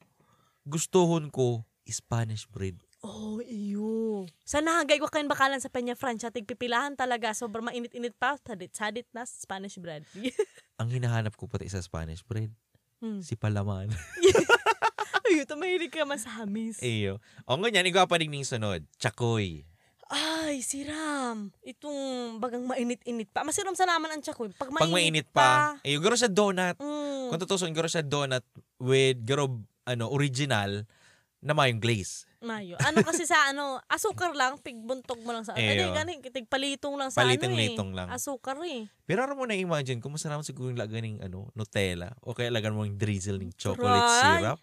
B: gustuhon ko Spanish bread.
A: Oh, iyo. Sa nahagay ko kayo bakalan sa Peña Francia, tigpipilahan talaga. Sobrang mainit-init pa. Sadit, sadit na Spanish bread.
B: Ang hinahanap ko pati sa Spanish bread,
A: hmm.
B: si palaman.
A: Iyo, tumahilig ka man sa hamis.
B: Iyo. O ganyan, ikaw pa ning sunod. Chakoy.
A: Ay, siram. Itong bagang mainit-init pa. Masiram sa naman ang tsakoy. Pag mainit,
B: Pag mainit pa, iyo garo sa donut.
A: Mm.
B: Kung tutusin, garo sa donut with garo ano, original na mayong glaze.
A: Mayo. Ano kasi sa ano, asukar lang, pigbuntog mo lang sa ano.
B: Eh,
A: Hindi,
B: oh.
A: ganun, tigpalitong lang sa ano
B: Palitong-litong
A: eh.
B: lang.
A: Asukar eh.
B: Pero alam mo na imagine kung masarap siguro yung lagay ng ano, Nutella o kaya lagyan mo yung drizzle ng chocolate
A: Try.
B: syrup.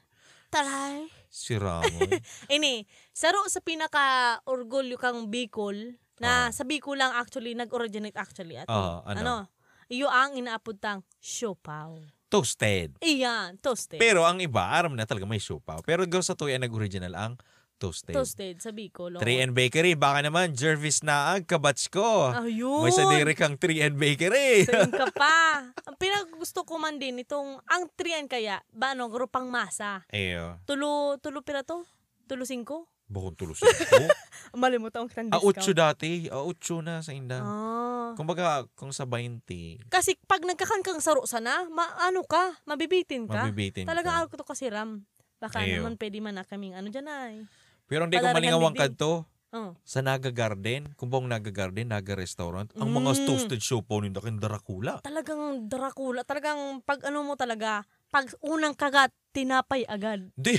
A: Taray.
B: Sira mo.
A: Ini, saro sa pinaka-orgulyo kang Bicol, na
B: Ah.
A: sa Bicol lang actually, nag-originate actually. At,
B: Oo, ano?
A: Iyo ang inaapuntang siopaw.
B: Toasted.
A: Iyan, toasted.
B: Pero ang iba, aram na talaga may siopaw. Pero gaw sa tuya nag-original ang toasted.
A: toasted sa Bicol. oo.
B: 3N Bakery, baka naman Jervis na ang kabatch ko.
A: Ayun.
B: May sadiri kang 3N Bakery.
A: Tuwing ka pa. Ang pinag-gusto ko man din itong, ang 3N kaya, ba ano, grupang masa.
B: Ayo,
A: Tulo, tulo pira to? Tulo singko?
B: bukong tulos ako.
A: Malimutan ko ng
B: A
A: discount.
B: 8 dati, a 8 na sa inda.
A: Ah.
B: Kumbaga, kung sa 20,
A: Kasi pag nagkakangkang saro sana, ma- ano ka, mabibitin ka.
B: mabibitin
A: Talaga
B: ka.
A: ako to kasi Ram. Baka
B: Ayo.
A: naman pwede man na kaming ano dyan ay.
B: Pero hindi ko
A: Palaragang
B: malingawang
A: bibig.
B: kadto
A: Oh.
B: sa Naga Garden, kung buong Naga Garden, Naga Restaurant, ang
A: Mm.
B: mga toasted siopaw ninda kang Dracula.
A: Talagang Dracula. Talagang pag ano mo talaga, pag unang kagat, tinapay agad.
B: Di,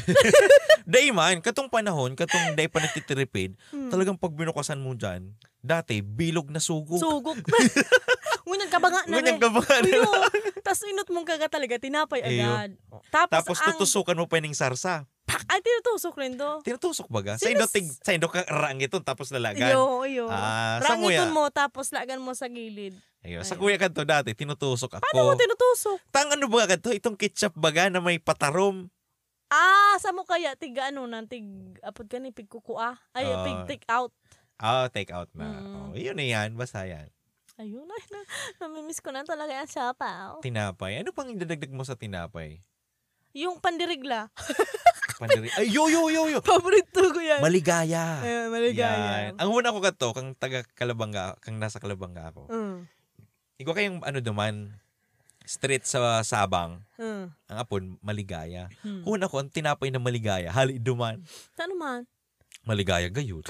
B: di man, katong panahon, katong day pa nagtitiripid,
A: Hmm.
B: talagang pag binukasan mo dyan, dati, bilog na sugo.
A: Sugok. Ngunyan ka ba nga na
B: Ganyan
A: re?
B: ka ba?
A: Uyo, tas inot mong kagat talaga, tinapay
B: Ayo.
A: agad. Tapos,
B: Oh, Tapos
A: ang,
B: tutusukan mo pa yung sarsa.
A: ay, tinutusok rin do.
B: Tinutusok ba ga? Sa
A: Sino
B: indo,
A: s-
B: tig, sa indo ka rang ito, tapos lalagan.
A: Iyo, iyo.
B: Ah, sa kuya.
A: Rangiton mo, tapos lagan mo sa gilid.
B: Ayun. Sa kuya kanto dati, tinutusok
A: Paano mo
B: ako.
A: tinutusok?
B: Tang ano ba kanto? Itong ketchup baga na may patarom.
A: Ah, sa mo kaya tig ano nan tig apod ka ni pig kukua. Ay,
B: Ah.
A: pig take out.
B: Ah, take out na.
A: Mm.
B: Oh, yun na yan. Basta yan.
A: Ayun ay na, namimiss ko na talaga ang siapa.
B: Tinapay. Ano pang idadagdag mo sa tinapay?
A: Yung pandirigla,
B: Pandiri. Ay, yo, yo, yo, yo.
A: paborito ko yan.
B: Maligaya.
A: Ayun, maligaya.
B: Yan. Ang una ko kanto, kang taga Kalabanga, kang nasa Kalabanga ako.
A: Mm.
B: Ikaw kayong ano duman, street sa Sabang,
A: Mm.
B: ang apon, maligaya.
A: Hmm.
B: Una ko, ang tinapay na maligaya, hali duman.
A: Saan man?
B: Maligaya gayud.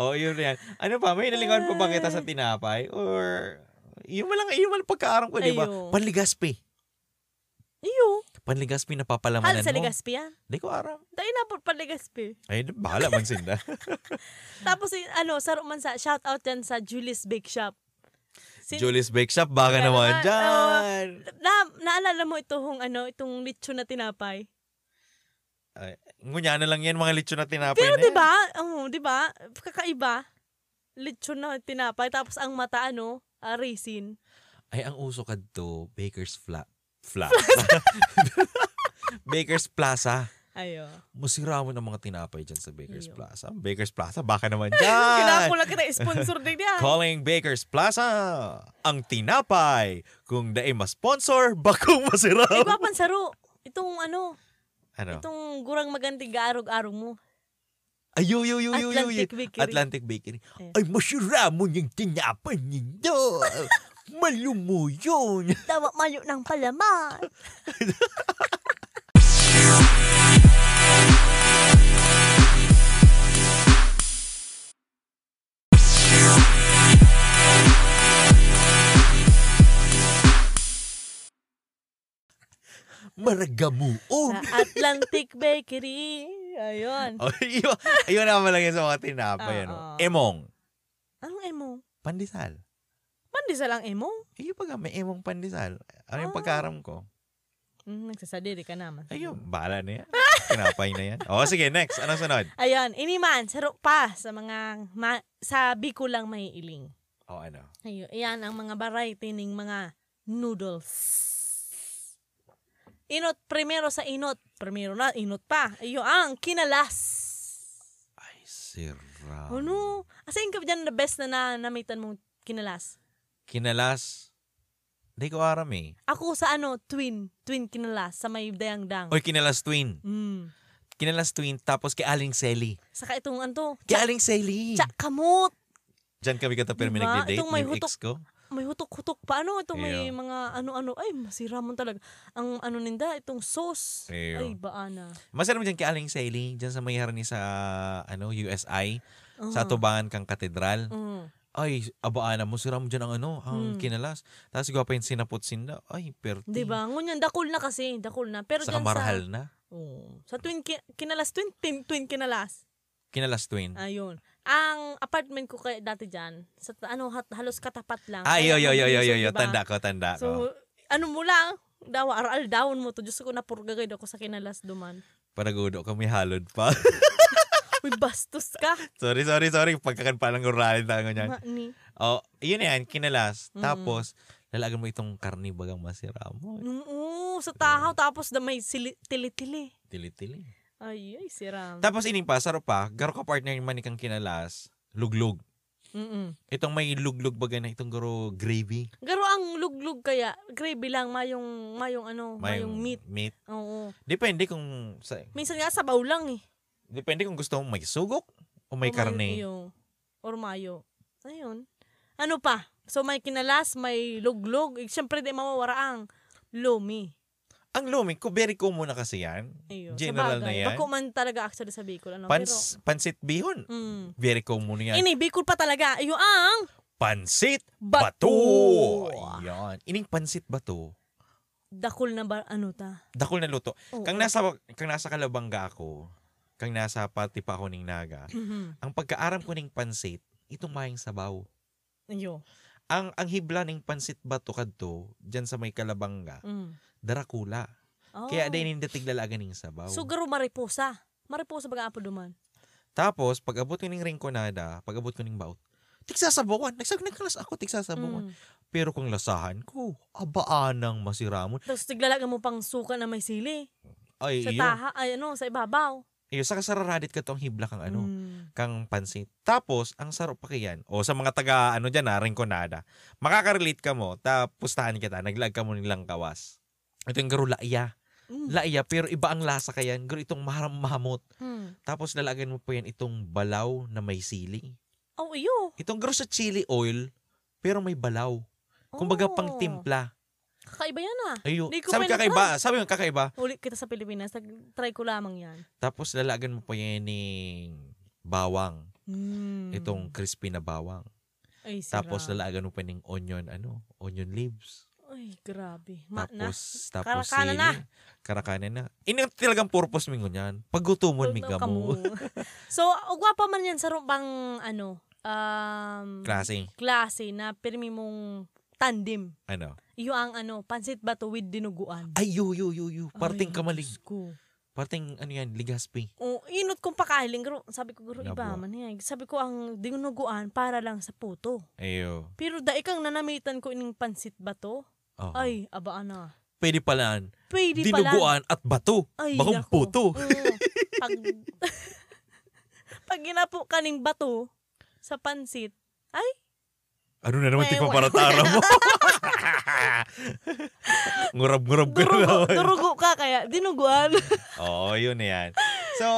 B: oh, yun na yan. Ano pa, may nalingawan pa ba kita sa tinapay? Or, yun man lang, yun man ang pagkaaram ko, di ba?
A: Ayun.
B: Panligaspi.
A: Iyo.
B: Panligaspi na
A: Hal
B: papalamanan
A: sa
B: mo.
A: Legazpi yan.
B: Di ko aram.
A: Dahil na po Legazpi.
B: Ay, bahala man sinda.
A: Tapos yung ano, sa Romansa, shout out yan sa Julie's Bake Shop. Sin-
B: Julie's Bake Shop, baka
A: Kaya
B: naman
A: naman,
B: dyan.
A: na, naalala mo ito hong ano, itong lechon na tinapay?
B: Ay, ngunya na lang yan, mga lechon na tinapay
A: Pero diba-
B: na
A: di
B: yan.
A: ba? Oo, di ba? Kakaiba. Lechon na tinapay tapos ang mata ano, ah, raisin.
B: Ay, ang uso kadto, Baker's Fla... Fla. Baker's Plaza.
A: Ayo.
B: Masira mo ng mga tinapay dyan sa Baker's
A: Iyo.
B: Plaza. Baker's Plaza, baka naman
A: Kailangan ko
B: dyan.
A: lang kita sponsor din niya.
B: Calling Baker's Plaza, ang tinapay. Kung dae ma-sponsor, bakong masira.
A: Ay, pansaro. Itong ano,
B: Ano?
A: itong gurang maganti gaarog-arog mo.
B: Ay, yo, yo, yo, yo, yo, yo.
A: Atlantic Bakery.
B: Atlantic Bakery.
A: Eh.
B: Ay, masira mo yung tinapay nindo. Malumuyon.
A: Tawa mayo ng palaman.
B: Maragamuong.
A: Sa Atlantic Bakery. Ayun.
B: Oh, yun, yun naman lang yun sa mga tinapay. Ano.
A: Oo.
B: Emong.
A: Anong emo?
B: Pandesal.
A: Pandisa lang emo?
B: Ayun pag may emong pandesal. Ano yung
A: Ah.
B: pagkaram ko?
A: Mm, nagsasadiri ka naman.
B: Ayun, bahala na yan. Tinapay na yan. O, sige, next. Anong sunod?
A: Ayun, iniman, saro pa sa mga, ma- sa Bicol lang may iling.
B: O, ano?
A: Ayo, iyan ang mga variety ng mga noodles. Inot, primero sa inot. Primero na, inot pa. Iyo ang kinalas.
B: Ay, sira.
A: Ano? Asa yung dyan the best na na namitan mong kinalas?
B: Kinalas. Hindi ko aram eh.
A: Ako sa ano, twin. Twin kinalas sa may dayang-dang.
B: Oy, kinalas twin.
A: Mm.
B: Kinalas twin, tapos kay Aling Selly.
A: Saka itong ano,
B: Kay Aling Selly.
A: tsa kamot.
B: Diyan kami kata pero
A: Diba?
B: nagde-date
A: Itong may
B: yung ex
A: hutok.
B: ko.
A: May hutok-hutok pa. Ano? Itong may
B: Eyo.
A: mga ano-ano. Ay, masira mo talaga. Ang ano ninda, itong sauce.
B: Eyo.
A: Ay, baana.
B: Masarap dyan kay Aling Selly. Dyan sa may harni sa ano, USI. Sa
A: Uh-huh.
B: Tubangan kang Katedral.
A: Mm.
B: ay, abaan mo, sira mo dyan ang ano, ang
A: Mm.
B: kinalas. Tapos gawa pa yung sinapot sinda, ay, perti.
A: Di ba? Ngunyan, dakol na kasi. Dakol na. Diba? Pero
B: Saka
A: dyan
B: marahal na.
A: sa... Oo. Sa twin, ki- kinalas, twin, twin, twin kinalas.
B: Kinalas Twin.
A: Ayun. Ang apartment ko kay dati dyan, sa ta- ano, hat- halos katapat lang.
B: Ay, Ah,
A: Kaya
B: yo, yo, yo, yo, yo, yo,
A: diba?
B: tanda oh. ko, tanda ko.
A: So, ano mo lang, daw, aral daon mo to. Diyos ko, napurgagay daw ko sa kinalas duman.
B: Paragudo ka, may halod pa.
A: Uy, bastos ka.
B: sorry, sorry, sorry. Pagkakan palang gurahin tayo niyan.
A: Ma- ni.
B: Oh, yun yan, kinalas.
A: Mm.
B: Tapos, lalagan mo itong karni bagang masira mo.
A: Mm, Oo, sa tahaw, tapos damay sili- tili-tili.
B: Tili-tili.
A: Ay, ay, siram.
B: Tapos, ining pa, saro pa, garo ka partner yung manikang kinalas, luglog.
A: Mm-mm.
B: Itong may luglog baga na itong garo gravy.
A: Garo ang luglog kaya, gravy lang, mayong, mayong ano, mayong, meat.
B: Meat.
A: Oo.
B: Depende kung, sa,
A: Minsan nga sabaw lang eh.
B: depende kung gusto mo may sugok o may
A: O
B: karne.
A: Oh, iyo. Or mayo. Ayun. Ano pa? So may kinalas, may luglog. Eh, Siyempre di mawawara ang lomi.
B: Ang lumi, ko very common na kasi yan.
A: Ayun.
B: General na yan.
A: Bako man talaga actually sa Bicol. Ano?
B: Pans, pansit bihon.
A: Pero, mm.
B: Very common yan.
A: Ini, Bicol pa talaga. Ayun ang
B: pansit
A: Bato.
B: bato. Ayan. Ining pansit bato.
A: dakol na ba, ano ta?
B: Dakol na luto.
A: Oo.
B: Kang nasa kang nasa Kalabanga ako, kang nasa pati pa ako ning Naga.
A: Mhm.
B: Ang pagkaaram ko ning pansit, itong mayang sabaw.
A: Ayun.
B: Ang ang hibla ning pansit bato kadto diyan sa may Kalabanga,
A: Mm.
B: darakula.
A: Oh.
B: Kaya din nindatig lalaga ning sabaw.
A: So, garo Oh. mariposa. Mariposa ba ka apo duman?
B: Tapos pag abot ko ning rinconada, pag abot ko ning baot, tigsasabawan. Nagsag nagkalas ako tigsasabawan.
A: Mm.
B: Pero kung lasahan ko, abaanang masiramon.
A: Tapos tiglalaga mo pang suka na may sili.
B: Ay,
A: Sa
B: iyo.
A: taha, ay ano, sa ibabaw.
B: Iyo, saka sa raradit ka tong hibla kang ano,
A: Mm.
B: kang pansit. Tapos, ang sarap pa kayan. O sa mga taga, ano dyan ha, Rinconada. Makakarelate ka mo, tapustahan kita, naglag ka mo nilang kawas. Ito yung garo laiya.
A: Mm.
B: Laiya, pero iba ang lasa kayan. Garo itong maharam mahamot.
A: Mm.
B: Tapos lalagyan mo pa yan itong balaw na may sili.
A: Oh, iyo.
B: Itong garo sa chili oil, pero may balaw. Kumbaga
A: Oh.
B: pang timpla.
A: Kakaiba yan ah.
B: Ayo,
A: Di ko
B: sabi
A: pa
B: kakaiba, sabi mo kakaiba.
A: Uli kita sa Pilipinas, nag- try ko lamang yan.
B: Tapos lalagyan mo pa yan ng bawang.
A: Mm.
B: Itong crispy na bawang.
A: Ay, sira.
B: Tapos lalagan mo pa ng onion, ano, onion leaves.
A: Ay, grabe. Ma- na.
B: Tapos, tapos
A: Karakana na.
B: sili. Karakana na. Ini ang talagang purpose mo yan. Paggutuman mi
A: Tulog
B: ka mo.
A: so, ugwa pa man yan sa rumpang, ano, um,
B: Klase.
A: klase na pirmi mong tandem.
B: Ano?
A: Iyo ang ano, pansit bato with dinuguan.
B: Ay, yu, yu, yu, yu.
A: Ay,
B: Parting
A: oh,
B: kamalig.
A: Diyos ko.
B: Parting, ano yan, ligaspi.
A: O, inot kong pakahiling. Guru, sabi ko, guru, iba
B: Nabwa.
A: man yan. Sabi ko, ang dinuguan para lang sa puto.
B: Ayo.
A: Pero daikang nanamitan ko ining pansit bato.
B: Oo.
A: Ay, abaan na.
B: Oh. Pwede palaan.
A: Pwede pala.
B: Dinuguan at bato.
A: Ay,
B: Bakong
A: nako.
B: puto.
A: Oo. pag, pag ginapo ka ng bato sa pansit,
B: Ano na
A: Ewan.
B: naman, tingpa para tara mo. Ngurab-ngurab ka na
A: durugo,
B: naman.
A: durugo ka kaya dinuguan.
B: Oo, yun na yan. So,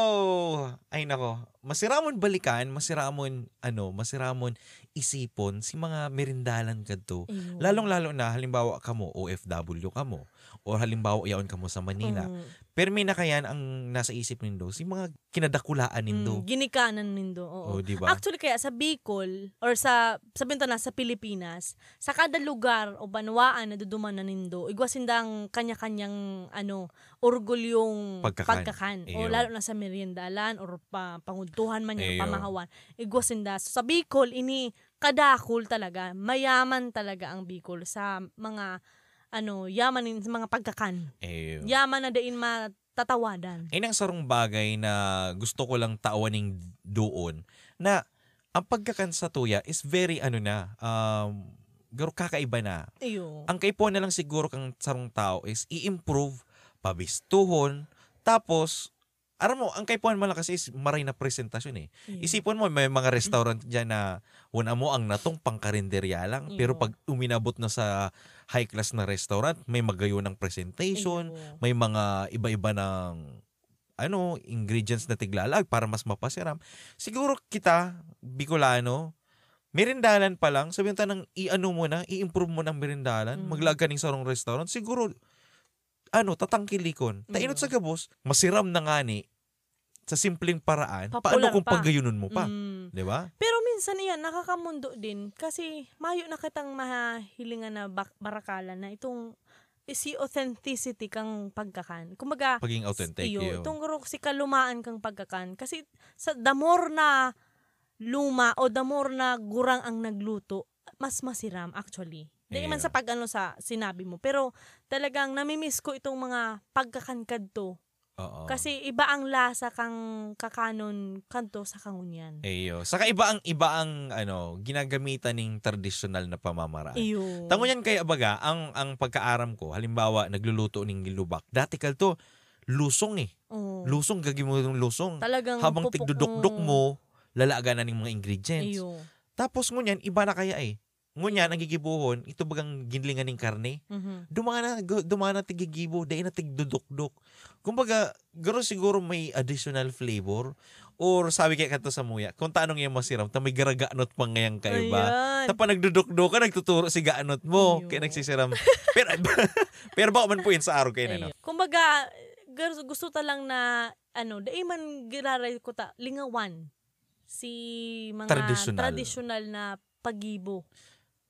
B: ay nako, masiramon balikan, masiramon, ano, masiramon isipon si mga merindalan kadto.
A: Mm.
B: Lalong-lalo na, halimbawa ka mo, OFW ka mo, o halimbawa yaon ka mo sa Manila.
A: Mm.
B: Pero may nakayan ang nasa isip nindo, si mga kinadakulaan nindo.
A: Mm, ginikanan nindo. Oo.
B: O, di ba?
A: Actually kaya sa Bicol or sa sabihin to na sa Pilipinas, sa kada lugar o banwaan na duduman na nindo, igwasin dang kanya-kanyang ano, orgulyong
B: Pagkakan.
A: O
B: Eyo.
A: lalo na sa meriendalan or pa, panguntuhan man yan,
B: Eyo.
A: pamahawan. Igwasin da. So, sa Bicol, ini kadakul talaga. Mayaman talaga ang Bicol sa mga ano, yamanin sa mga pagkakan.
B: Eh,
A: Yaman na din matatawadan.
B: Yan ang sarong bagay na gusto ko lang tawaning doon na ang pagkakan sa tuya is very ano na, um, garo kakaiba na.
A: Iyo.
B: Ang kaipon na lang siguro kang sarong tao is i-improve, pabistuhon, tapos, aram mo, ang kaipon mo lang kasi is maray na presentasyon eh.
A: Iyo.
B: Isipon mo, may mga restaurant dyan na una mo ang natong pangkarinderya lang, pero
A: Iyo.
B: pag uminabot na sa high class na restaurant, may magayo ng presentation,
A: Iyo.
B: may mga iba-iba ng ano, ingredients na tiglalag para mas mapasiram. Siguro kita, Bicolano, merindalan pa lang, sabihin ta ng i-ano mo na, i-improve mo ng merindalan,
A: Mm.
B: maglag ka ng sarong restaurant, siguro, ano,
A: Mm.
B: tatangkilikon. Tainot sa gabos, masiram na nga ni, sa simpleng paraan, paano
A: Popular
B: kung
A: pa.
B: pagayunon mo pa?
A: Mm.
B: Di ba?
A: Pero minsan yan, nakakamundo din. Kasi mayo na kitang mahilingan na bak- barakalan na itong si authenticity kang pagkakan. Kumbaga,
B: Paging authentic.
A: iyo,
B: yun.
A: tungro si kalumaan kang pagkakan. Kasi sa the more na luma o the more na gurang ang nagluto, mas masiram actually. Di man
B: Ayun.
A: sa pag-ano sa sinabi mo. Pero talagang namimiss ko itong mga pagkakankad to.
B: Oo.
A: Kasi iba ang lasa kang kakanon kanto sa kangunyan.
B: Eyo. Saka iba ang iba ang ano, ginagamitan ng traditional na pamamaraan.
A: Iyo.
B: Tamo yan kay abaga, ang ang pagkaaram ko, halimbawa nagluluto ng lubak. Dati kal to lusong eh.
A: Oo.
B: Lusong gagi mo yung lusong.
A: Talagang
B: Habang
A: pupuk- mm.
B: tigdudukdok mo, lalaga na ng mga ingredients.
A: Iyo.
B: Tapos ngunyan, iba na kaya eh. Ngunyan, ang gigibuhon, ito bagang ginlingan ng karne.
A: Mhm.
B: dumana gu- dumana tigigibo dahil na tigdudukdok kumbaga garo siguro may additional flavor or sabi kay kanto sa muya kung tanong yung masiram ta may garaganot pang ngayang kaiba
A: Ayan.
B: ta pa nagdudukdok ka nagtuturo si gaanot mo
A: Ayun.
B: kaya nagsisiram pero pero ba man po yun sa araw kayo ano? na no
A: Ayun. Kumbaga, gar- gusto ta lang na, ano, dai man giraray ko ta, lingawan. Si mga
B: Traditional.
A: traditional na pagibo.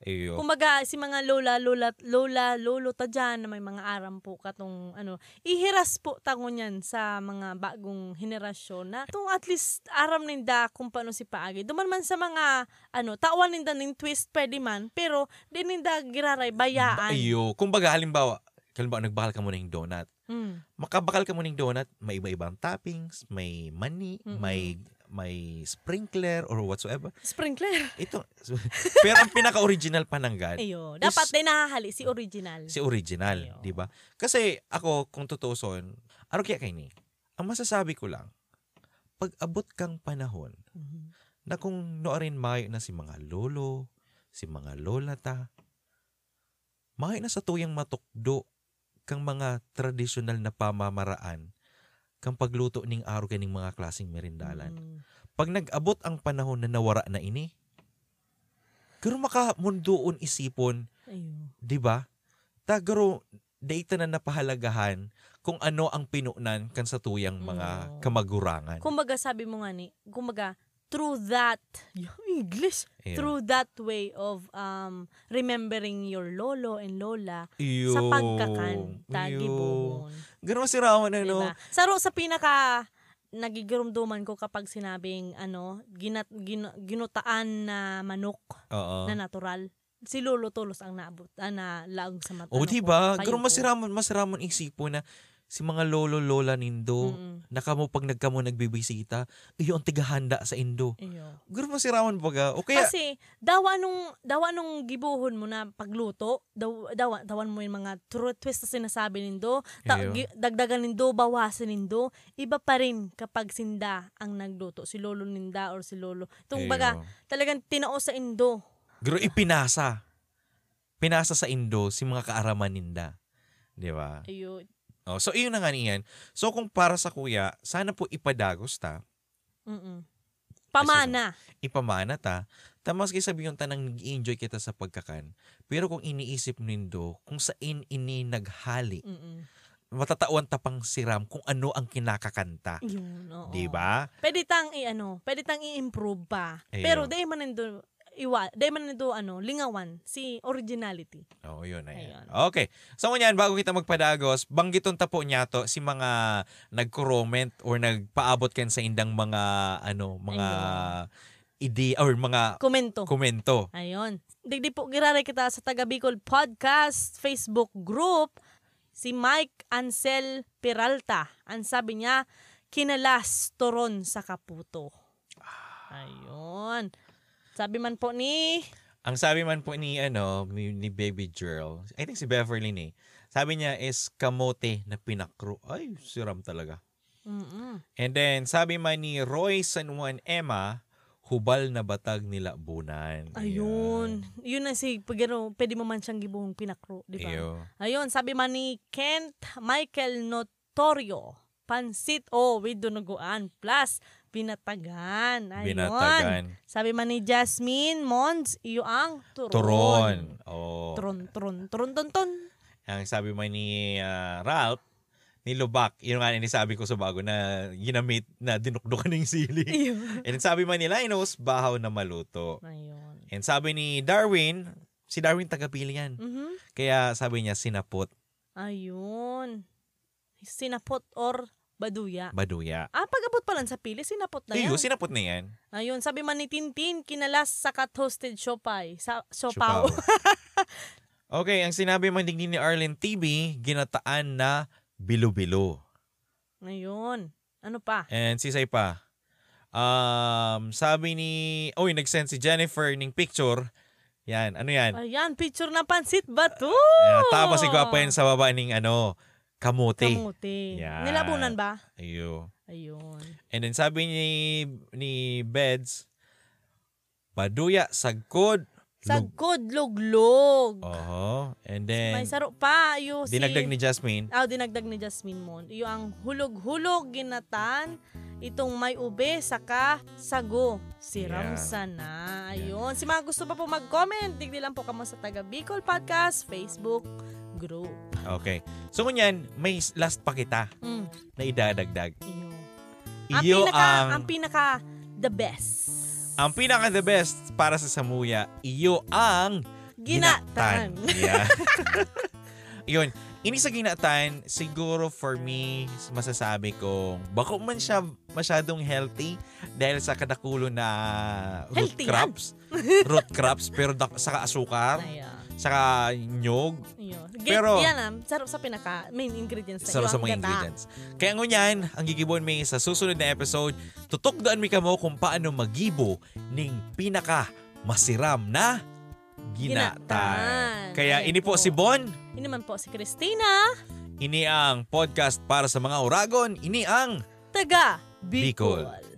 B: ayo
A: Kumbaga, si mga lola, lola, lola, lolo ta dyan na may mga aram po katong, ano, ihiras po tango niyan sa mga bagong henerasyon na itong at least aram ninda kung paano si Paagi. Duman man sa mga, ano, tawan ninda ning twist pwede man, pero di ninda giraray, bayaan.
B: ayo kumbaga halimbawa halimbawa nagbakal ka muna ng donut
A: Mm.
B: makabakal ka muna ng donut may iba-ibang toppings may mani
A: Mm-mm.
B: may may sprinkler or whatsoever
A: Sprinkler.
B: Ito. Pero ang pinaka-original pananggan,
A: Ayo,
B: Is-
A: dapat din nahahali si original.
B: si original,
A: Ayo.
B: di ba? Kasi ako, kung tutuusin, ano kaya kay ni? Ang masasabi ko lang, pag abot kang panahon
A: Mhm.
B: na kung noarin mayo na si mga lolo, si mga lola ta, mayo na sa tuyang matukdo kang mga traditional na pamamaraan kang pagluto ning araw kaning mga klasing merindalan.
A: Mhm.
B: pag nag-abot ang panahon na nawara na ini, garo maka munduon isipon,
A: Ayo.
B: di ba? Tagaro, data na napahalagahan kung ano ang pinunan kan sa tuyang
A: Mm.
B: mga kamagurangan.
A: Kumbaga sabi mo nga ni, kumbaga through that Yung English,
B: Ayun.
A: through that way of um remembering your lolo and lola
B: Iyo.
A: sa pagkakan tagi
B: Iyo.
A: buhon.
B: Ganun si Rawan, ano?
A: Diba? Sa ro- sa pinaka nagigirumduman ko kapag sinabing ano, ginat, gin- ginutaan na manok
B: Oo.
A: na natural. Si Lolo Tolos ang naabot, ah, na laog sa mata.
B: O,
A: ano ko,
B: Oh, di ba?
A: payo
B: Ganun
A: ko.
B: masiramon, masiramon isipon na si mga lolo-lola nindo,
A: Mm-mm.
B: nakamo pag nagkamo nagbibisita, iyo ang tigahanda sa indo.
A: Iyo.
B: Ganun masiraman baga. O kaya,
A: Kasi dawa nung dawa nung gibuhon mo na pagluto, daw, dawa tawan mo yung mga tru- twist na sinasabi nindo, ta-
B: Iyo.
A: gi- dagdagan nindo, bawasan nindo, iba pa rin kapag sinda ang nagluto si lolo ninda or si lolo. Itong baga
B: Iyo.
A: talagang tinao sa indo.
B: Gro ipinasa. Pinasa sa Indo si mga kaaraman ninda. Di ba?
A: Ayo.
B: Oh, so, iyon na nga niyan. So, kung para sa kuya, sana po ipadagos ta,
A: Mm. Pamana.
B: ipamana ta, tamas kay sabi yung tanang nag-enjoy kita sa pagkakan. Pero kung iniisip nindo, kung sa in-ini naghali,
A: Mm.
B: matatawan tapang siram kung ano ang kinakakanta.
A: Yun, oo.
B: Di ba?
A: Pwede tang i-ano, pwede tang i-improve pa.
B: Iyo.
A: Pero dahil man nindo iwa, dahil man nindo ano, lingawan si originality.
B: Oo, yun na yan.
A: Ayun.
B: Okay. So, ngunyan, bago kita magpadagos, banggiton ta po niya to si mga nagko-comment or nagpaabot kan sa indang mga, ano, mga ide or mga
A: Komento.
B: komento.
A: Ayon. Digdi po giraray kita sa Taga Bicol Podcast Facebook group si Mike Ansel Peralta. Ang sabi niya, kinalas turon sa kaputo. Ayon. Sabi man po ni...
B: Ang sabi man po ni, ano, ni ni Baby Girl, I think si Beverly ni, sabi niya is kamote na pinakro. Ay, siram talaga.
A: Mm-mm.
B: And then, sabi man ni Roy San Juan Emma, hubal na batag nila bunan.
A: Ayun. Yun na si... Pero pwede mo man siyang gibuhong pinakro. Di ba?
B: Ayun.
A: Ayun, sabi man ni Kent Michael Notorio, pansit o with dunuguan plus binatagan. Ayun.
B: Binatagan.
A: Sabi man ni Jasmine Mons, iyo ang turon.
B: Turon. Oh.
A: Turon, turon, turon, turon, turon.
B: Ang sabi man ni ah, Ralph, ni Lubak, yun nga sabi ko sa bago na ginamit na dinukdukan ng sili.
A: Ayun.
B: And sabi man ni Linus, bahaw na maluto.
A: Ayun.
B: And sabi ni Darwin, si Darwin tagapili yan.
A: Mhm.
B: Kaya sabi niya, sinapot.
A: Ayun. Sinapot or baduya.
B: Baduya.
A: Ah, pag-abot pa lang sa pili, sinapot na yan.
B: Ayun, sinapot na yan.
A: Ayun, sabi man ni Tintin, kinalas sa cut-hosted siopay. Sa siopaw.
B: Siupaw. okay, ang sinabi man din ni Arlen TV, ginataan na bilo-bilo.
A: Ayun. Ano pa?
B: And si Sai pa. Um, sabi ni... Uy, nag-send si Jennifer ng picture. Yan, ano yan?
A: Ayan, picture na pansit ba to?
B: Ayan, tapos igwapa yan sa baba ng ano, kamote.
A: Kamuti.
B: Yan.
A: Nilabunan ba?
B: Ayo.
A: Ayun.
B: And then sabi ni ni Beds, Baduya, sagkod. lug-
A: Sagkod, luglog.
B: Oho. And
A: May
B: then,
A: saro pa. Ayo, si...
B: dinagdag ni Jasmine,
A: Ah, dinagdag ni Jasmine Mon. Iyo ang hulog-hulog ginatan itong may ube saka sago. Si
B: Yeah.
A: Ramsana. Ayun. Si mga gusto pa po mag-comment, tigdi lang po kamo sa Taga Bicol Podcast Facebook group.
B: Okay. So kunyan, may last pa kita
A: Mm,
B: na idadagdag.
A: iyo. Ang
B: Iyo
A: pinaka,
B: ang,
A: ang pinaka the best.
B: ang pinaka the best para sa Samuya. Iyo ang
A: ginatan.
B: Yeah. Yun. Ini sa ginatan, siguro for me, masasabi kong bako man siya masyadong healthy dahil sa kadakulo na root
A: Healthy yan.
B: crops. root crops, pero dak- saka asukar,
A: Ayan.
B: saka nyog,
A: Iyo. Pero,
B: Pero-
A: yan ang sarap sa pinaka main ingredients na
B: Sarap
A: iyo
B: sa
A: ang
B: mga
A: gata.
B: ingredients. Kaya ngunyan, ang gigibon may sa susunod na episode, tutukdaan mi kamo kung paano magibo ning pinaka masiram na ginatan.
A: Ginatan.
B: Kaya
A: Ayan
B: ini
A: po.
B: po si Bon,
A: Ini man po si Christina,
B: ini ang podcast para sa mga oragon, ini ang
A: taga
B: Bicol.
A: Bicol.